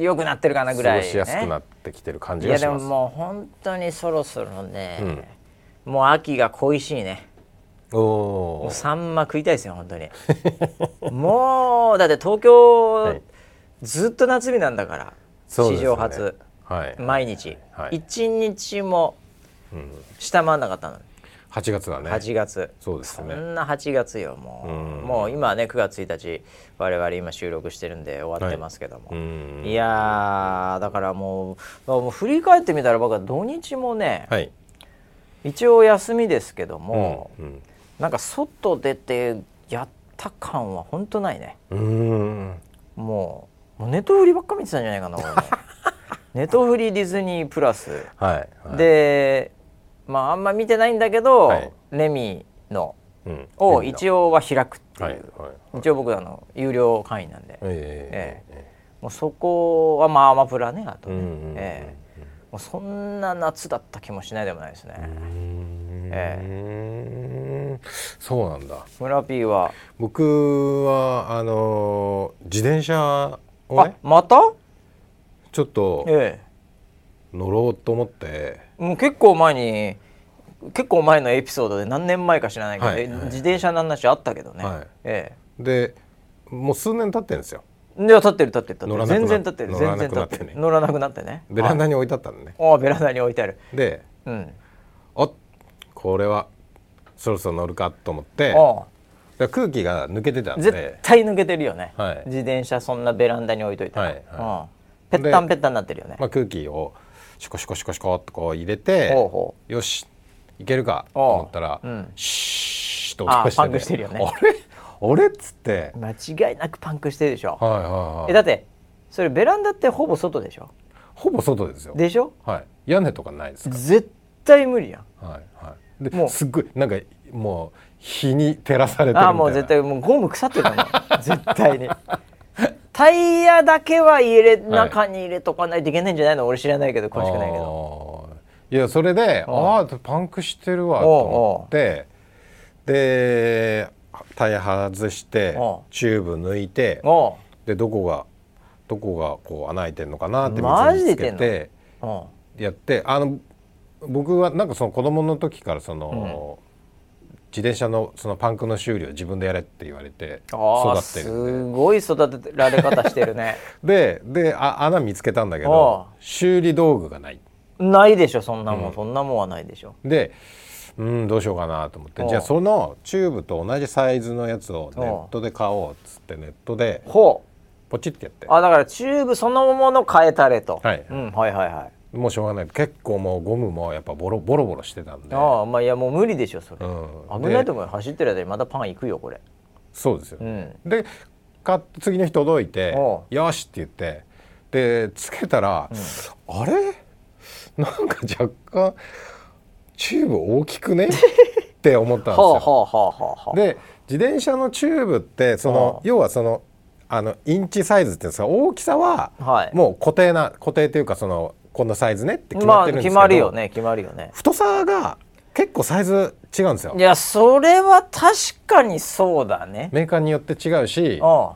良くなってるかなぐ過らい、ごねしやすくなってきてる感いじやがしでもますもう本当にそろそろね、もう秋が恋しいねおもおうーサンマ食いたいですよ本 [laughs] 当にもうだって東京、はいずっと夏日なんだから、そう史ですね上初はい毎日、はい一日もうん下回らなかったの、 8月はね8月そうですそねんな8月よもううんもう今ね9月1日我々今収録してるんで終わってますけども、ういんやーだからもうもう振り返ってみたら僕は土日もね、はい一応休みですけども、うんなんか外出てやった感は本当ないねうんもうもうネトフリばっか見てたんじゃないかな俺 [laughs] ねネトフリディズニープラスはいはいでまああんま見てないんだけど、はいレミのうんを一応は開くっていう、はいはい一応僕あの有料会員なんで、ええもうそこはまあアマプラねあとね、うんうんうんええもうそんな夏だった気もしないでもないですね、ええそうなんだ村 P は、僕はあのー自転車をあねまたちょっとえ乗ろうと思ってえもう結構前に結構前のエピソードで何年前か知らないけど、はいえはい自転車の話あったけどね、はいえでもう数年経ってるんですよえでは立ってる立ってる立乗ってるらなくな全然立ってる乗全らな然く立なっっててねる乗らなくなってねベランはいダに置いてあったのねおうベランダに置いてあるでうんあこれはそろそろ乗るかと思っておで空気が抜けてたんう絶で対抜けてるよね、はい自転車そんなベランダに置いといたら、はいはうん、ぺったんぺったんになってるよねまあ空気をシコシコシコシコっとこう入れてほうほよしいけるかと思ったらおううんシーッと音がしてあパンクしてるよねあれあれっつって間違いなくパンクしてるでしょ、はいはいはいえだってそれベランダってほぼ外でしょほぼ外ですよでしょはい屋根とかないですか絶対無理やんはいはいもうですっごいなんかもう日に照らされてるみたいなああもう絶対もうゴム腐ってた [laughs] の絶対にタイヤだけは入れ中に入れとかないといけないんじゃないの俺知らないけど詳しくないけどあーいやそれでうんああパンクしてるわと思ってでタイヤ外してうんチューブ抜いておでどこがどこがこう穴開いてんのかなってマジ水でに言っつけてうおやってあの僕はなんかその子供の時からその、自転車のそのパンクの修理を自分でやれって言われてうああ育ってるんですごい育てられ方してるねでであ穴見つけたんだけどあ修理道具がないないでしょそんなもん、そんなもんはないでしょでうんどうしようかなと思ってああじゃあそのチューブと同じサイズのやつをネああットで買おうっつってネットでほうポチってやってあだからチューブそのもの変えたれと、はいうん、はいはいはいもうしょうがない結構もうゴムもやっぱボロボロボロしてたんで、ああまあいやもう無理でしょそれ、うん、危ないとで思うよ走ってる間にまたパン行くよこれそうですよ、うんで買って次の日届いてお「よし!」って言ってでつけたら、あれなんか若干チューブ大き [laughs] くねって思ったんですはあよ。はあはあはあはあで自転車のチューブってそああの要はそのあのインチサイズっていうんですか大きさははいもう固定な固定というかそのこのサイズねって決ままっあてるんですけ決ど、まるよね決まるよね太さが結構サイズ違うんですよい。やそれは確かにそうだねメーカーによって違うしうん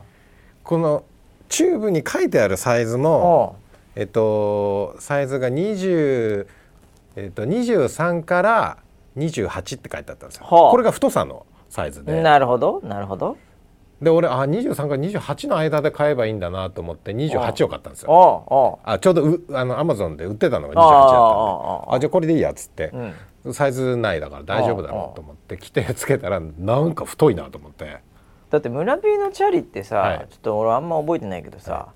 このチューブに書いてあるサイズうんも、えっと、サイズが20、えっと、23から28って書いてあったんですよ、はあこれが太さのサイズでなるほどなるほどで俺あ23から28の間で買えばいいんだなと思って28を買ったんですよおあちょうどうあのアマゾンで売ってたのが28だあったんでああああじゃあこれでいいやっつってう、んサイズ内だから大丈夫だろうと思って着てつけたらなんか太いなと思ってだって村ーのチャリってさ、はいちょっと俺あんま覚えてないけどさ、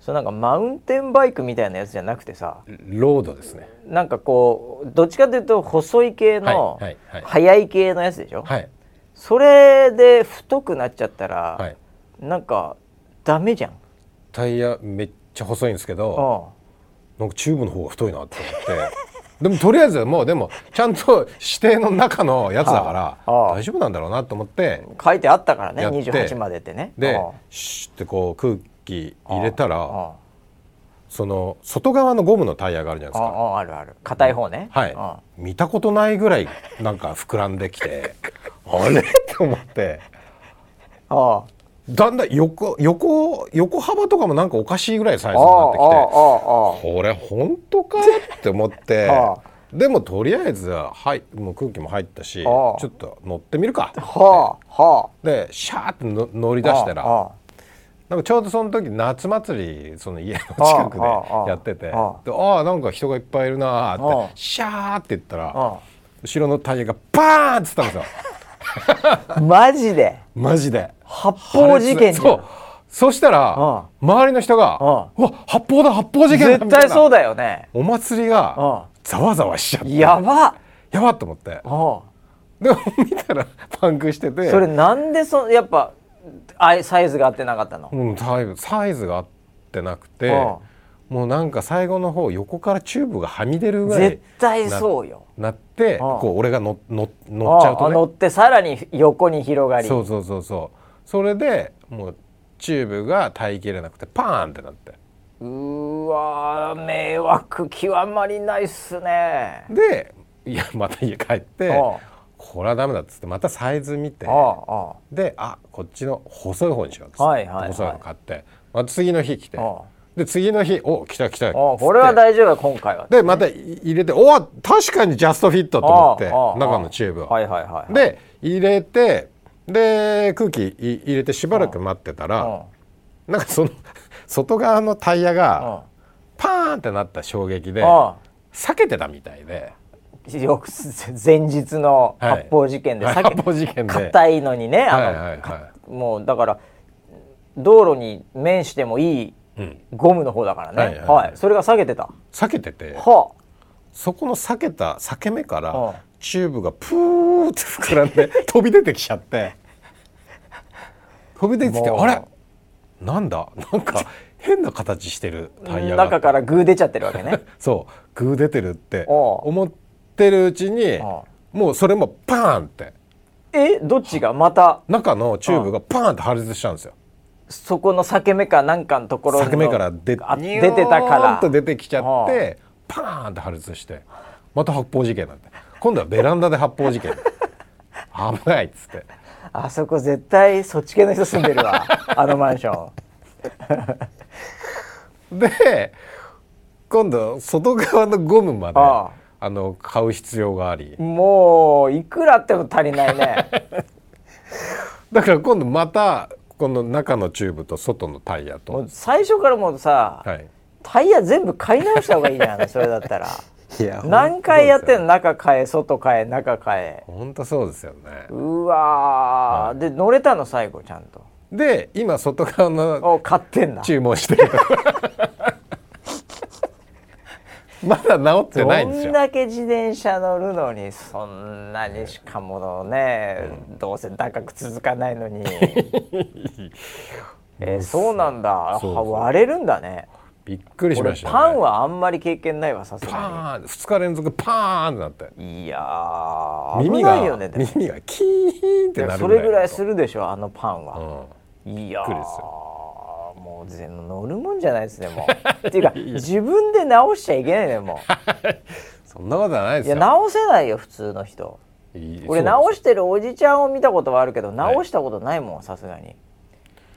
そうなんかマウンテンバイクみたいなやつじゃなくてさロードですねなんかこうどっちかというと細い系の、はいはいはい速い系のやつでしょ、はいそれで太くなっちゃったら、はいなんかダメじゃんタイヤめっちゃ細いんですけど、うんなんかチューブの方が太いなって [laughs] 思ってでもとりあえずもうでもちゃんと指定の中のやつだからああああ大丈夫なんだろうなと思って書いてあったからねやって28までってねでうんシュッてこう空気入れたうんらその外側のゴムのタイヤがあるじゃないでうすか。んうんあるある硬い方ねはうい、見たことないぐらいなんか膨らんできて [laughs] あれと思ってんうんだんだん横横横幅とかもなんかおかしいぐらいサイズになってきてあこれ本当かって思って [laughs] ああでもとりあえずは、はい、もう空気も入ったしちあょあっと乗ってみるかあああはあはでシャーっての乗りあ出したあらあなんかちょうどその時夏祭りその家のあ近くでああやっててであああなんか人がいっぱいいるなーあってシャーって言ったらあ後ろのタイヤがバーンってつったんですよ [laughs] あマジでマジで。発砲事件じゃそうんそしたらあ周りの人が「うあわ発砲だ発砲事件だ」絶みたい対そうなだよねお祭りがあざわざわしちゃってやばやばっと思ってうんでも見たらパンクしててそれなんでそやっぱあサイズが合ってなかったのうん、サイズサイズが合ってなくてああもうなんか最後の方横からチューブがはみ出るぐらい絶対そうよなってああこう俺がのの乗っちゃうああと乗ねってさらに横に広がりそうそうそうそうそれでもうチューブが耐えきれなくてパーンってなってうーわー迷惑極まりないっすねでいやまた家帰ってああこれはダメだっつってまたサイズ見てあああであこっちの細い方にしようっつって、はいはいはい細いの買ってまた次の日来てああで次の日お来た来たああこれは大大丈夫だ今回はでまた入れておー確かにジャストフィットと思ってああああ中のチューブを、はいはいはいはいで入れてで空気い入れてしばらく待ってたうんらなんかその [laughs] 外側のタイヤうんがパーンってなった衝撃でああ避けてたみたいで翌日 [laughs] 前日のはい発砲事件で、はいさっき発砲事件で硬いのにねあの、はいはいはいかもうだから道路に面してもいいゴムの方だからね、ははいいはいはいそれが下げてた避けててはそこの避けた裂け目かうらんチューブがプーって膨ら [laughs] んで飛び出てきちゃって飛び出てきてもうあれなんだなんか変な形してるあタイヤが中 [laughs] からグー出ちゃってるわけねそうグー出てるっておう思ってるうちにおもうそれもパーンってえどっちがまた中のチューブがパーンって破裂したんですよそこの裂け目かなんかのところの裂け目から出あ出てたかニョーンらと出てきちゃっはてパーンって破裂してまた発砲事件なんて今度はベランダで発砲事件 [laughs] 危ないっつってあそこ絶対そっち系の人住んでるわあのマンションで今度外側のゴムまでああの買う必要がありもういくらあっても足りないねだから今度またこの中のチューブと外のタイヤもとう、最初からもうさ、はい、タイヤ全部買い直した方がいいじゃんそれだ [laughs] ったらいや何回やってんの中変え外変え中変え本当そうですよねうわーで乗れたの最後ちゃんとで今外側のお買ってんだ注文してる [laughs] とまだ治ってないんですどんよだけ自転車乗るのにそんなにしかもね、どうせ高く続かないの [laughs] にえーそうなんだそうそう割れるんだねびっくりしま俺した、ね、パンはあんまり経験ないわさすがパーン2日連続パーンってなってにいやー危耳なが、いよねでも耳がキーンっていなやるそれぐらいのするでしょあのパンうは、んいやびっくりですよーもう全部乗るもんじゃないですねも [laughs] うっていうか自分で直しちゃいけないねもそんなことはないでういすよや直せないよ普通の人いい俺そう直してるおじちゃんを見たことはあるけど直したことないもんさすがに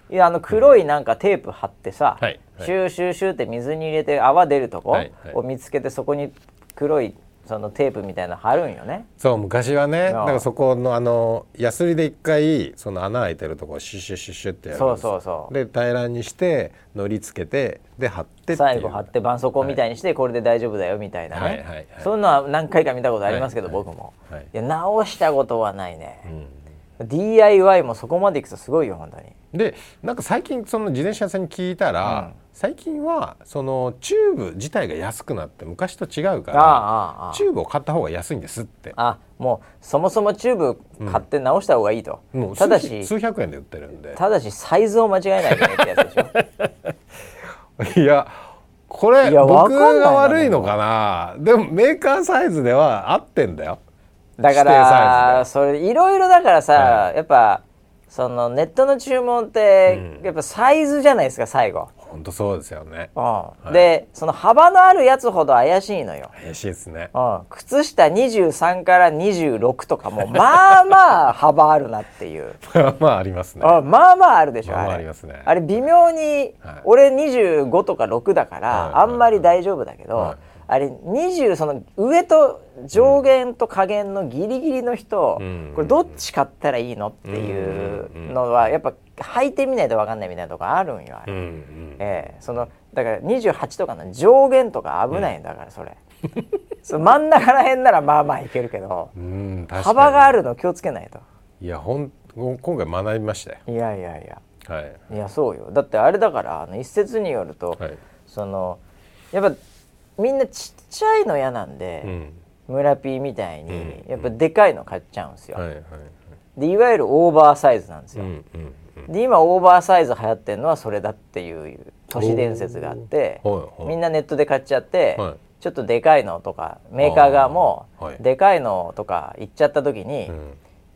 いやあの黒いなんかテープ貼ってさ、はいはいシューシューシューって水に入れて泡出るとこはいはいを見つけてそこに黒いそのテープみたいなの貼るんよねそう昔はねだああからそこのあのヤスリで一回その穴開いてるとこをシュッシュッシュッシュッってやるんですそようそうそうで平らにしてのりつけてで貼ってっていう最後貼って絆創膏みたいにしてこれで大丈夫だよみたいなね、はいはいはいそういうのは何回か見たことありますけど、はいはい僕も、はいや直したことはないね、DIY もそこまでいくとすごいよ本当にでなんか最近その自転車屋さんに聞いたら、最近はそのチューブ自体が安くなって昔と違うかあああああらあチューブを買った方が安いんですってあもうそもそもチューブ買って直した方がいいと、もう数ただし数百円で売ってるんでただしサイズを間違えないでねってやつでしょ [laughs] いやこれいやわか僕んないなが悪いのかなでもメーカーサイズでは合ってんだよだか指定サイらズそれいろいろだからさ、はやっぱそのネットの注文って、やっぱサイズじゃないですか最後、本当そうですよねうんでその幅のあるやつほど怪しいのよ、怪しいですね [laughs] うん、靴下23から26とかもまあまあ幅あるなっていうまあまあありますねあまあまああるでしょ、まあまああれありますねあれ微妙に、はい俺25とか6だから、はいあんまり大丈夫だけど、はいあれ20その上と上限と下限のギリギリの人、うんこれどっち買ったらいいのっていうのはやっぱ履いてみないと分かんないみたいなとこあるんよあうれ、んうんええそのだから28とかの上限とか危ないんだからそ [laughs] れ、その真ん中らへんならまあまあいけるけどうん確かに幅があるの気をつけないといやほん今回学びましたよいやいやいやはいいやそうよだってあれだからあの一説によると、はいそのやっぱみんなちっちゃいの嫌なんで、うん村ピーみたいに、うんやっぱでかいの買っちゃうんですよ、はいはいでいわゆるオーバーサイズなんですうんよ、うんうんで今オーバーサイズ流行ってるのはそれだっていう都市伝説があって、おーはいはいみんなネットで買っちゃって、はいちょっとでかいのとかメーカー側も、あーはいでかいのとか言っちゃった時に、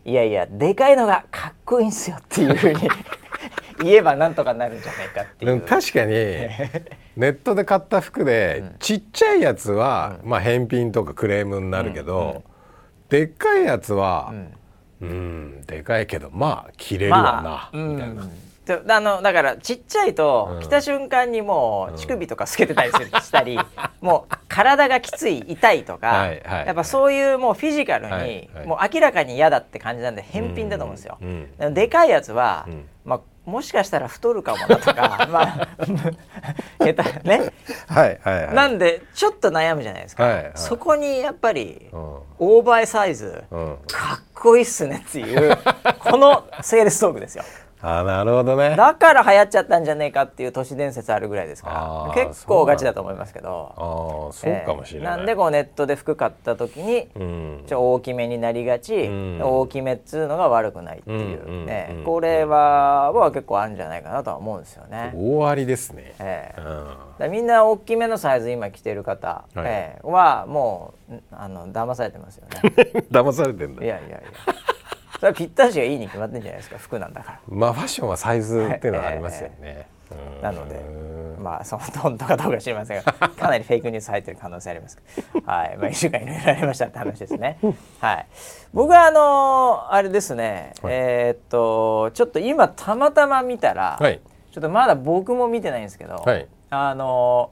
いやいやでかいのがかっこいいんすよっていうふうに [laughs] 言えばなんとかなるんじゃないかっていでもう。[laughs] 確かにネットで買った服でちっちゃいやつは、まあ返品とかクレームになるけど、でっかいやつはうん、でかいけどまあ着れるわな、みたいな、うんであのだからちっちゃいとうん着た瞬間にもう乳首とか透けてたりするした [laughs] り、もう体がきつい痛いとか、はいはいやっぱそういうもうフィジカルに、はいはいもう明らかに嫌だって感じなんで返品だと思うんですよ。うんうんだからでかいやつは、んまあもしかしたら太るかもなと [laughs] かまあ下手ね、はいはいはいなんでちょっと悩むじゃないですか、はいはいそこにやっぱり、うんオーバーサイズ、うんかっこいいっすねっていうこのセールストークですよあなるほどねだから流行っちゃったんじゃねえかっていう都市伝説あるぐらいですかあらー結構ガチだと思いますけどあーそうかもしれない、えーなんでこうネットで服買った時にうんちょ大きめになりがち、ん大きめっつうのが悪くないっていう、うんうんねうんこれはは結構あるんじゃないかなとは思うんですよね。大ありですね、ええうだかん [laughs] らみんな大きめのサイズ今着てる方、はいええはもうんあの騙されてますよ [laughs] ね。騙されてんだいやいやいやそれはぴったしがいいに決まってんじゃないですか服なんだかまあファッションはサイズっていうのはありますよね、うんらなのでまあその本当かどうか知りませ [laughs] んがかなりフェイクニュース入ってる可能性ありますはいまあ1週間いろいろありましたって話です [laughs] ねはい僕はあのーあれですね、はいえーっとちょっと今たまたま見たら、はいちょっとまだ僕も見てないんですけど、はいあの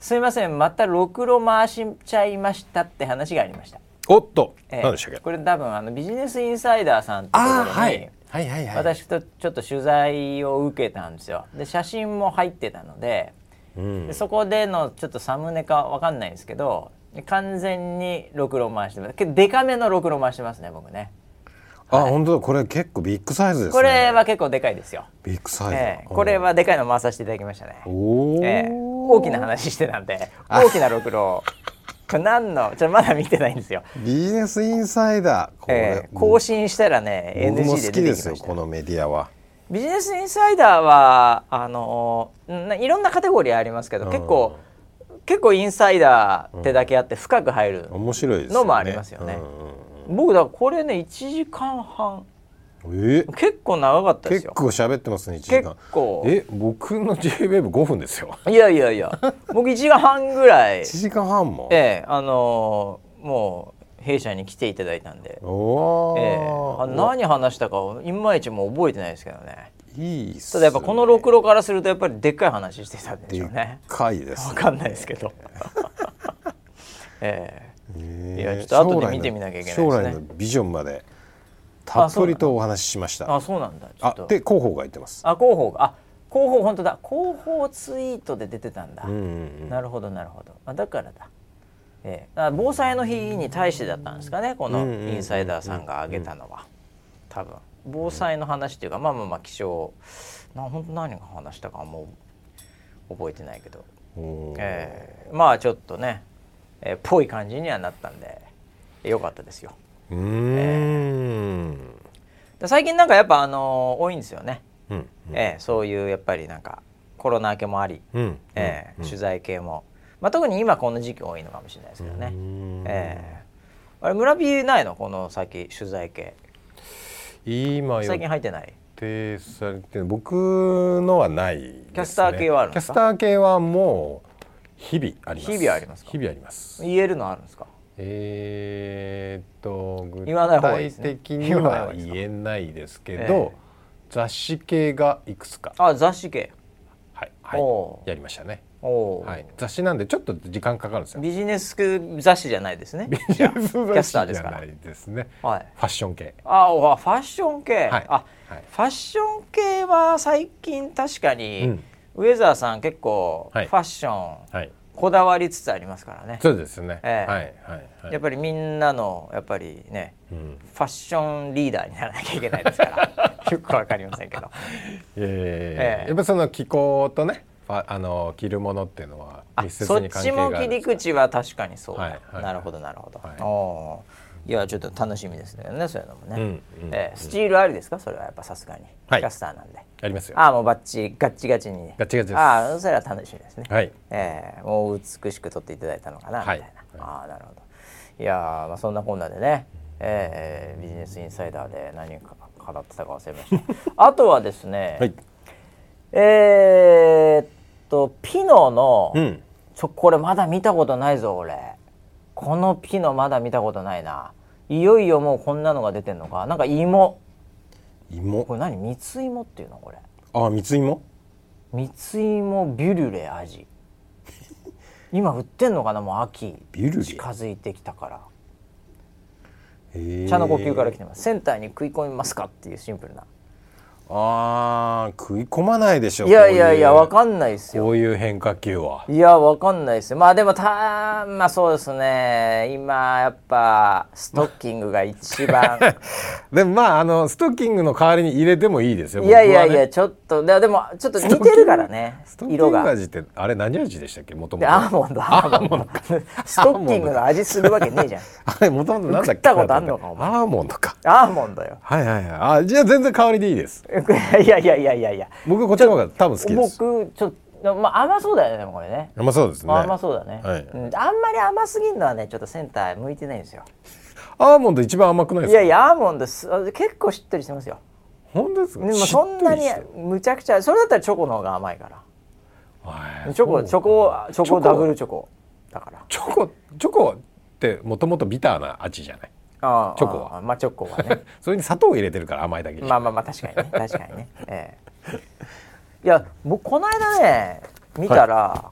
ーすいませんまたろくろ回しちゃいましたって話がありました、おっと、ええ何でしたっけこれ多分あのビジネスインサイダーさんってところにああはいはいはいはい私とちょっと取材を受けたんですよで写真も入ってたので,、うんでそこでのちょっとサムネかわかんないんですけど完全にろくろ回してますけどデカめのろくろ回してますね僕ねあ、本当だこれ結構ビッグサイズですねこれは結構でかいですよ、ビッグサイズだ、ええこれはでかいの回させていただきましたね、おお、ええ大きな話してたんで大きなろくろこれ何のちょっとまだ見てないんですよ、ビジネスインサイダーこえれえ、更新したらね僕も NG 好でき出てきでましすたよこのメディアはビジネスインサイダーはあのんないろんなカテゴリーありますけど、うん結構結構インサイダーってだけあって深く入る、面白いですよねのもありますよね僕だからこれね1時間半うんうんうんえ結構長かったです結よ構喋ってますね1時間結構え僕の JWAVE5 分ですよいやいやい [laughs] や僕1時間半ぐらい1時間半も、ええあのーもう弊社に来ていただいたんで、おえーえあ何話したかいまいちもう覚えてないですけどねいいっすねただやっぱこのろくろからするとやっぱりでっかい話してたんでしでょうねっかいです、わかんないです [laughs] けど。えええいやちょっと後で見てみなきゃいけないですね将来の将来のビジョンまでたっぷりとお話ししましえたあ、そうなんだ。ちょっあと。で広報が言ってますあ、広報が、あ、広報本当だ。広報ツイートで出てたんだ。うんうんなるほど、なるほど。あ、だからだ。ええ、あ防災の日に対してだったんですかね。このうんうんうんうんインサイダーさんが挙げたのは。多分。防災の話っていうか、まあまあまあ、気象。な、本当何が話したか、あんま覚えてないけど。うんおーええまあ、ちょっとね。ええぽい感じにはなったんで。良かったですよ。うーんで最近なんかやっぱあのー多いんですよね、うんええそういうやっぱりなんかコロナ明けもあり、うんええ取材系も、まあ、特に今この時期多いのかもしれないですけどうね、ーんええあれ村ビないのこの先取材系今最近予入ってない定されてる僕のはないですねキャスター系はあるんですかキャスター系はもう日々あります日々ありますか日々あります言えるのあるんですかえーっと具言わない方がいいで体すね的に言わない方はがいいですか言えないですけど、雑誌系がいくつか、あ雑誌系はいはいおーやりましたね、おおー、はい、雑誌なんでちょっと時間かかるんですよビジネス雑誌じゃないですね [laughs] ビジネスキャ雑スター誌ですじゃからないですねはいファッション系ああファッション系、はあいはいファッション系は最近確かに、うんウェザーさん結構フはァいッションはいこだわりつつありますからね、そうですね、ええはいはいはいやっぱりみんなのやっぱりねうんファッションリーダーにならなきゃいけないですから [laughs] よくわかりませんけどいやいやいやいええややっぱりその気候とねファあの着るものっていうのはあ密接そっに関ち係がもある切り口は確かにそうだ、はいはいなるほどなるほど、はいおーいやちょっと楽しみですねそういうのもね、うんうんえースチールありですかそれはやっぱさすがに、はいキャスターなんでありますよああもうバッチリガッチガチにガチガチですああそれは楽しみですねはいえー、もう美しく撮っていただいたのかなみたはいいな、ああなるほどいやー、まあ、そんなこんなでね、えー、ビジネスインサイダーで何か語ってたか忘れ [laughs] ましたあとはですね、はいえー、っとピノの、うんちょこれまだ見たことないぞ俺このピノまだ見たことないないよいよもうこんなのが出てんのかなんか芋芋これ何蜜芋っていうのこれあ蜜芋蜜芋ビュリュレ [laughs] 味今売ってんのかなもう秋ビュルレ近づいてきたからへえ茶の呼吸から来てますセンターに食い込みますかっていうシンプルなああ食い込まないでしょいやいやいやわんかんないですよこういう変化 [laughs] 球はいやわかんないですよまあでもたまあそうですね今やっぱストッキングが一 [laughs] 番でもまああのストッキングの代わりに入れてもいいですよいやいやい僕はねやちょっとででもちょっと似てるからねストッキ色ングが。味ってあれ何味でしたっけもともでとアーモンドアーモンドストッキングの味するわけねえじゃん [laughs] あれもともとなんだっけ食ったことあんのかお前アーモンドかアーモンド [laughs] よはいはいはいあじゃあ全然代わりでいいですいやいやいやいやいや僕こっちの方が多分好きです僕ちょっとまあ甘そうだよねでもこれねまあそうですねまあ甘そうだね、はいうん、あんまり甘すぎるのはねちょっとセンター向いてないんですよアーモンド一番甘くないでいすかやいやアーモンドす結構しっとりしてますよ本当ですでかもしっとそりんなにしてるむちゃくちゃそれだったらチョコの方が甘いからはいチョコチョコチョチコョコダブルチョコだからチョコチョコってもともとビターな味じゃないああチョコはああまあチョコは [laughs] ねそれに砂糖を入れてるから甘いだけでしょまあまあまあ確かにね確かにね、ええいや僕この間ね見たら、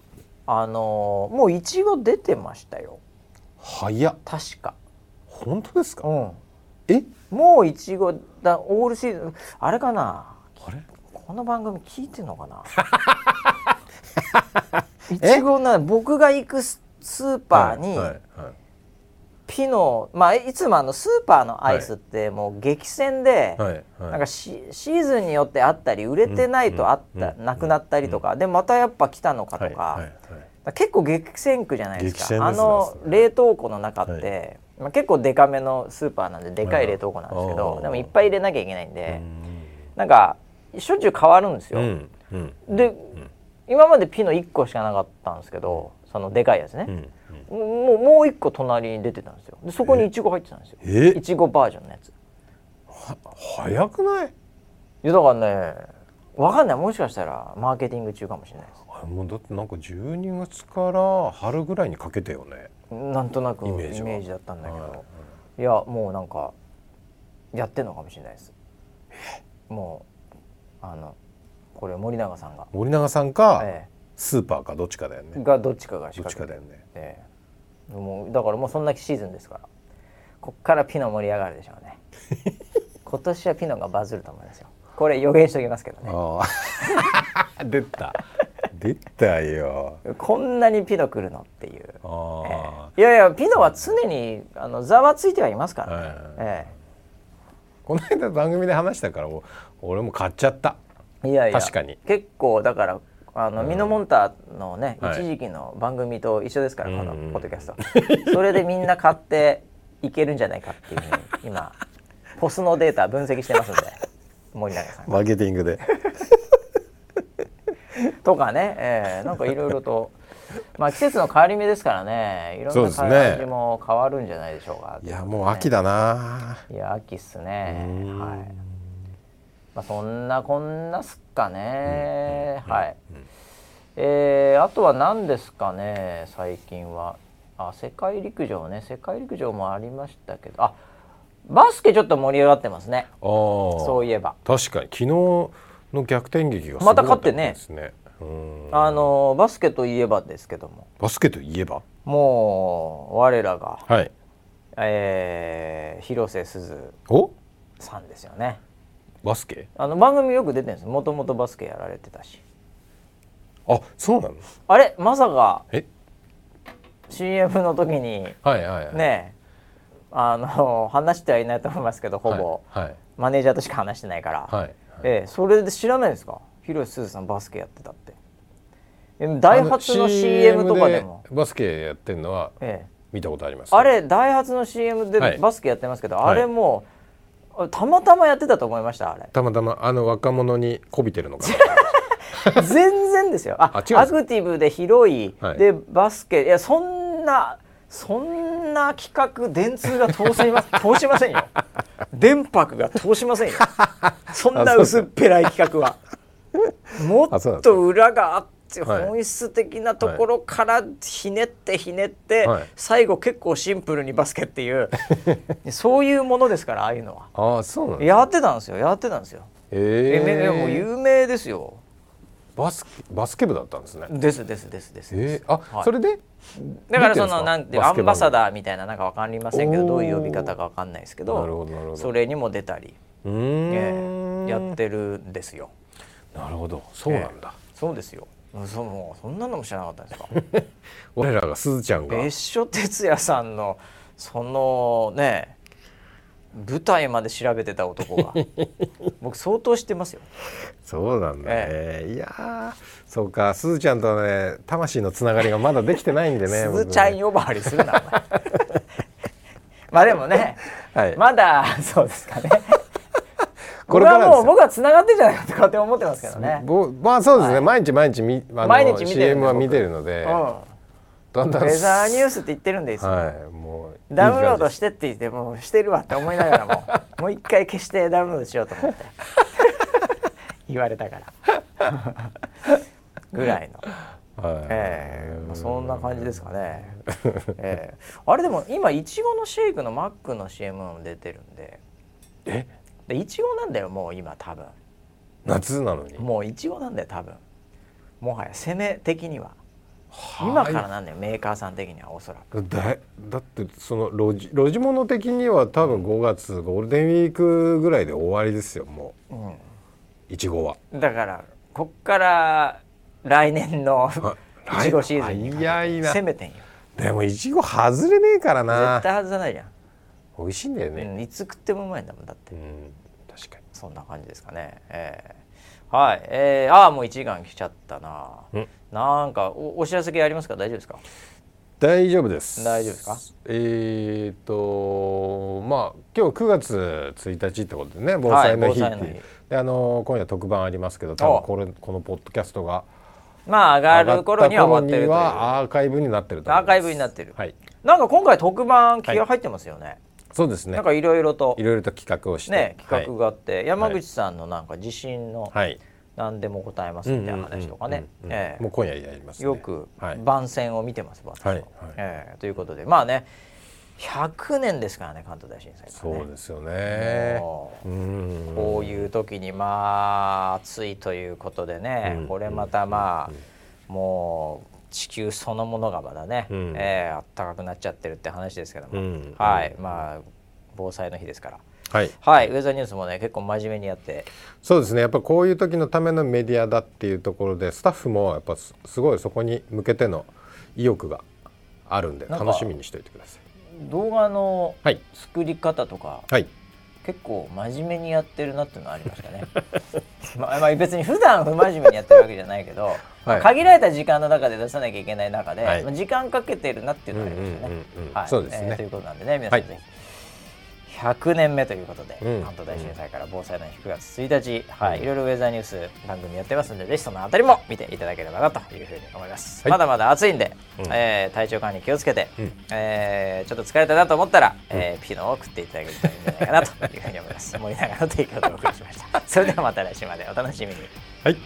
あのーもういちご出てましたよ早っ確か本当ですかうんえもういちごだオールシーズンあれかなあれこの番組聞いてんのか [laughs] ないちごな僕が行くススーパーにはいはいはいピノ、まあいつもあのスーパーのアイスってもう激戦で、はいはいなんかシシーズンによってあったり売れてないとあった、うんうんなくなったりとか、でまたやっぱ来たのかとか,、はいはいはい結構激戦区じゃないですか激戦ですねあの冷凍庫の中って、はまあ、結構デカめのスーパーなんででかい冷凍庫なんですけど、はいでもいっぱい入れなきゃいけないんで、うなんかしょっちゅう変わるんですよ。んうんで、今までピノ1個しかなかったんですけどそのでかいやつね、うんもうもう1個隣に出てたんですよでそこにいちご入ってたんですよえいちごバージョンのやつい早くないやだからねわかんないもしかしたらマーケティング中かもしれないですあもうだってなんか12月から春ぐらいにかけてよねなんとなくイイメメージはージだったんだけど、はいい、やもうなんかやってんのかもしれないですもうあのこれ森永さんが、森永さんか、えスーパーかどっちかだよえねがどっちかが仕どっ掛ちけてかだよねええ、もうだからもうそんなシーズンですからこっからピノ盛り上がるでしょ [laughs] うね今年はピノがバズると思いますよこれ予言しておきますけどねああ [laughs] 出た出たよこんなにピノ来るのっていう、ああいやいやピノは常にあのざわついてはいますからね、はいえ [laughs] この間番組で話したからお俺も買っちゃったえ、いやいや確かに結構だからあの、ミノモンタのね、はい一時期の番組と一緒ですからこのうんうんポッドキャスト、それでみんな買っていけるんじゃないかっていうふうに [laughs] 今ポスのデータ分析してますんで森永さんがマーケティングでとかね、えーなんかいろいろ [laughs] と、まあ季節の変わり目ですからね、いろそうんでなすね感じも変わるんじゃないでしょうか。いやもう秋だな、いや秋っすうね。ーんはい。まあそんなこんなっすかね。はい。えーあとは何ですかね最近は。あ世界陸上ね世界陸上もありましたけどあバスケちょっと盛り上がってますねあーそういえば確かに昨日の逆転劇がすまごたか勝っったてでねすねうんあのバスケといえばですけどもバスケといえばもう我らがはいえー、広瀬すずおさんですよねバスケあの番組よく出てるんですもともとバスケやられてたしあそうなのあれまさかえ CM の時にはいはいはいねあの話してはいないと思いますけどほぼ、はいはいマネージャーとしか話してないから、はいはいええそれで知らないんですか広瀬すずさんバスケやってたってえダイハツあの CM とかでも CM でバスケやってるのはええ見たことありますあれダイハツの CM ではいバスケやってますけど、はいあれもうあたまたまやってたと思いましたあれたまたまあの若者にこびてるのかな全然ですよ。ああ違うんですかアクティブで広い、はいでバスケいやそんなそんな企画電通が通せま [laughs] 通しませんよ。電博が通しませんよ。そんなあそ薄うっぺらい企画 [laughs] は。もあそうなんっですかと裏があってはい本質的なところからひねってひねって、はい最後結構シンプルにバスケって [laughs] いうそういうものですからああいうのは。ああそうなのやってたんですよやってたんですよ。ええめえもう有名ですよ。バスケバスケ部だったんですねですですですですでえす。ー、あ、はいそれでだからそのなんていうアンバサーダーみたいななんかわかりませんけどおーどういう呼び方かわかんないですけどなるほどなるほどそれにも出たりうーん、えやってるんですよ。なるほどそうなんだ、そうですよ。そもうそんなのも知らなかったんですか。俺らがすずちゃんが別所哲也さんのそのね舞台まで調べてた男 [laughs] が僕相当知ってますよ。そうなんだね、いやーそうかすずちゃんとはね魂のつながりがまだできてないんでねすずちゃんよ呼ばわりするな。お前 [laughs] まあでもね、はいまだ [laughs] そうですかね。 [laughs] ここれれからはですよもう僕は繋がってんじゃないかとかって思ってますけどね。ぼまあそうですね、毎日毎日みあの毎日見てるん CM では僕見てるので、うだんだんん。ウェザーニュースって言ってるんですよ。はいもういいダウンロー感ドじしてって言 [laughs] ってもうしてるわって思いながらももう一回消してダウンロードしようと思って [laughs] 言われたからぐらい [laughs] の、はいええまあ、そんな感じですかね、ええあれでも今いちごのシェイクのマックの CM も出てるんでえでいちごなんだよもう今多分夏なのにもういちごなんだよ多分もはや攻め的には今からなんだよメーカーさん的にはおそらく。だだってその路地路地物的には多分5月ゴールデンウィークぐらいで終わりですよもうんういちごは。だからこっから来年のあいちごシーズンに早いな攻めてんよでもいちご外れねえからな絶対外さないじゃん、美味しいんだようね、ん、いつ食ってもうまいんだもんだってうん確かそんな感じですかねえーはいえー、ああもう1時間来ちゃったな、うんなんかおお知らせ系ありますか大丈夫ですか大丈夫です大丈夫ですかえー、とまあ今日9月1日ってことでね防災の日っていう、はい防災のであの今夜特番ありますけど多分これこのポッドキャストがまあ上がる頃には終わってる上とがいうった頃にはアーカイブになってると思いますアーカイブになってるはいなんか今回特番気が入ってますよね、そうですねなんかいろいろといろいろと企画をして、ね企画はいがあって、山口さんのなんか地震のはい、何でも答えますみたいな話とかねうんうんうんええもう今夜やります、ね、よくはい、番宣を見てます、私ははいはいええということでまあね100年ですからね関東大震災からねそうですよねもううんこういう時にまあ暑いということでね、うんこれまたまあ、もう地球そのものがまだね、うんええあったかくなっちゃってるって話ですけども、うんはいまあ防災の日ですから。はいはい、ウェザーニュースもね結構真面目にやってそうですねやっぱこういう時のためのメディアだっていうところでスタッフもやっぱすすごいそこに向けての意欲があるんでなんか楽しみにしておいてください動画のはい作り方とかはい結構真面目にやってるなっていうのはありましたね。 [laughs] まあ、まあ別に普段不真面目にやってるわけじゃないけど、はい限られた時間の中で出さなきゃいけない中で、はいまあ時間かけてるなっていうのはありましたうんうねんうんう。んはいそうですねえーということなんでね皆さんはぜいひ、100年目ということで、うん関東大震災から防災の日9月1日、はいいろいろウェザーニュース番組やってますんでぜひそのあたりも見ていただければなというふうに思います。はいまだまだ暑いんで、うんえー体調管理気をつけて、うんえーちょっと疲れたなと思ったら、えーピノを食っていただけるといいんじゃないかな [laughs] というふうに思います。森永の提供でお送りしました。それではまた来週までお楽しみに。はい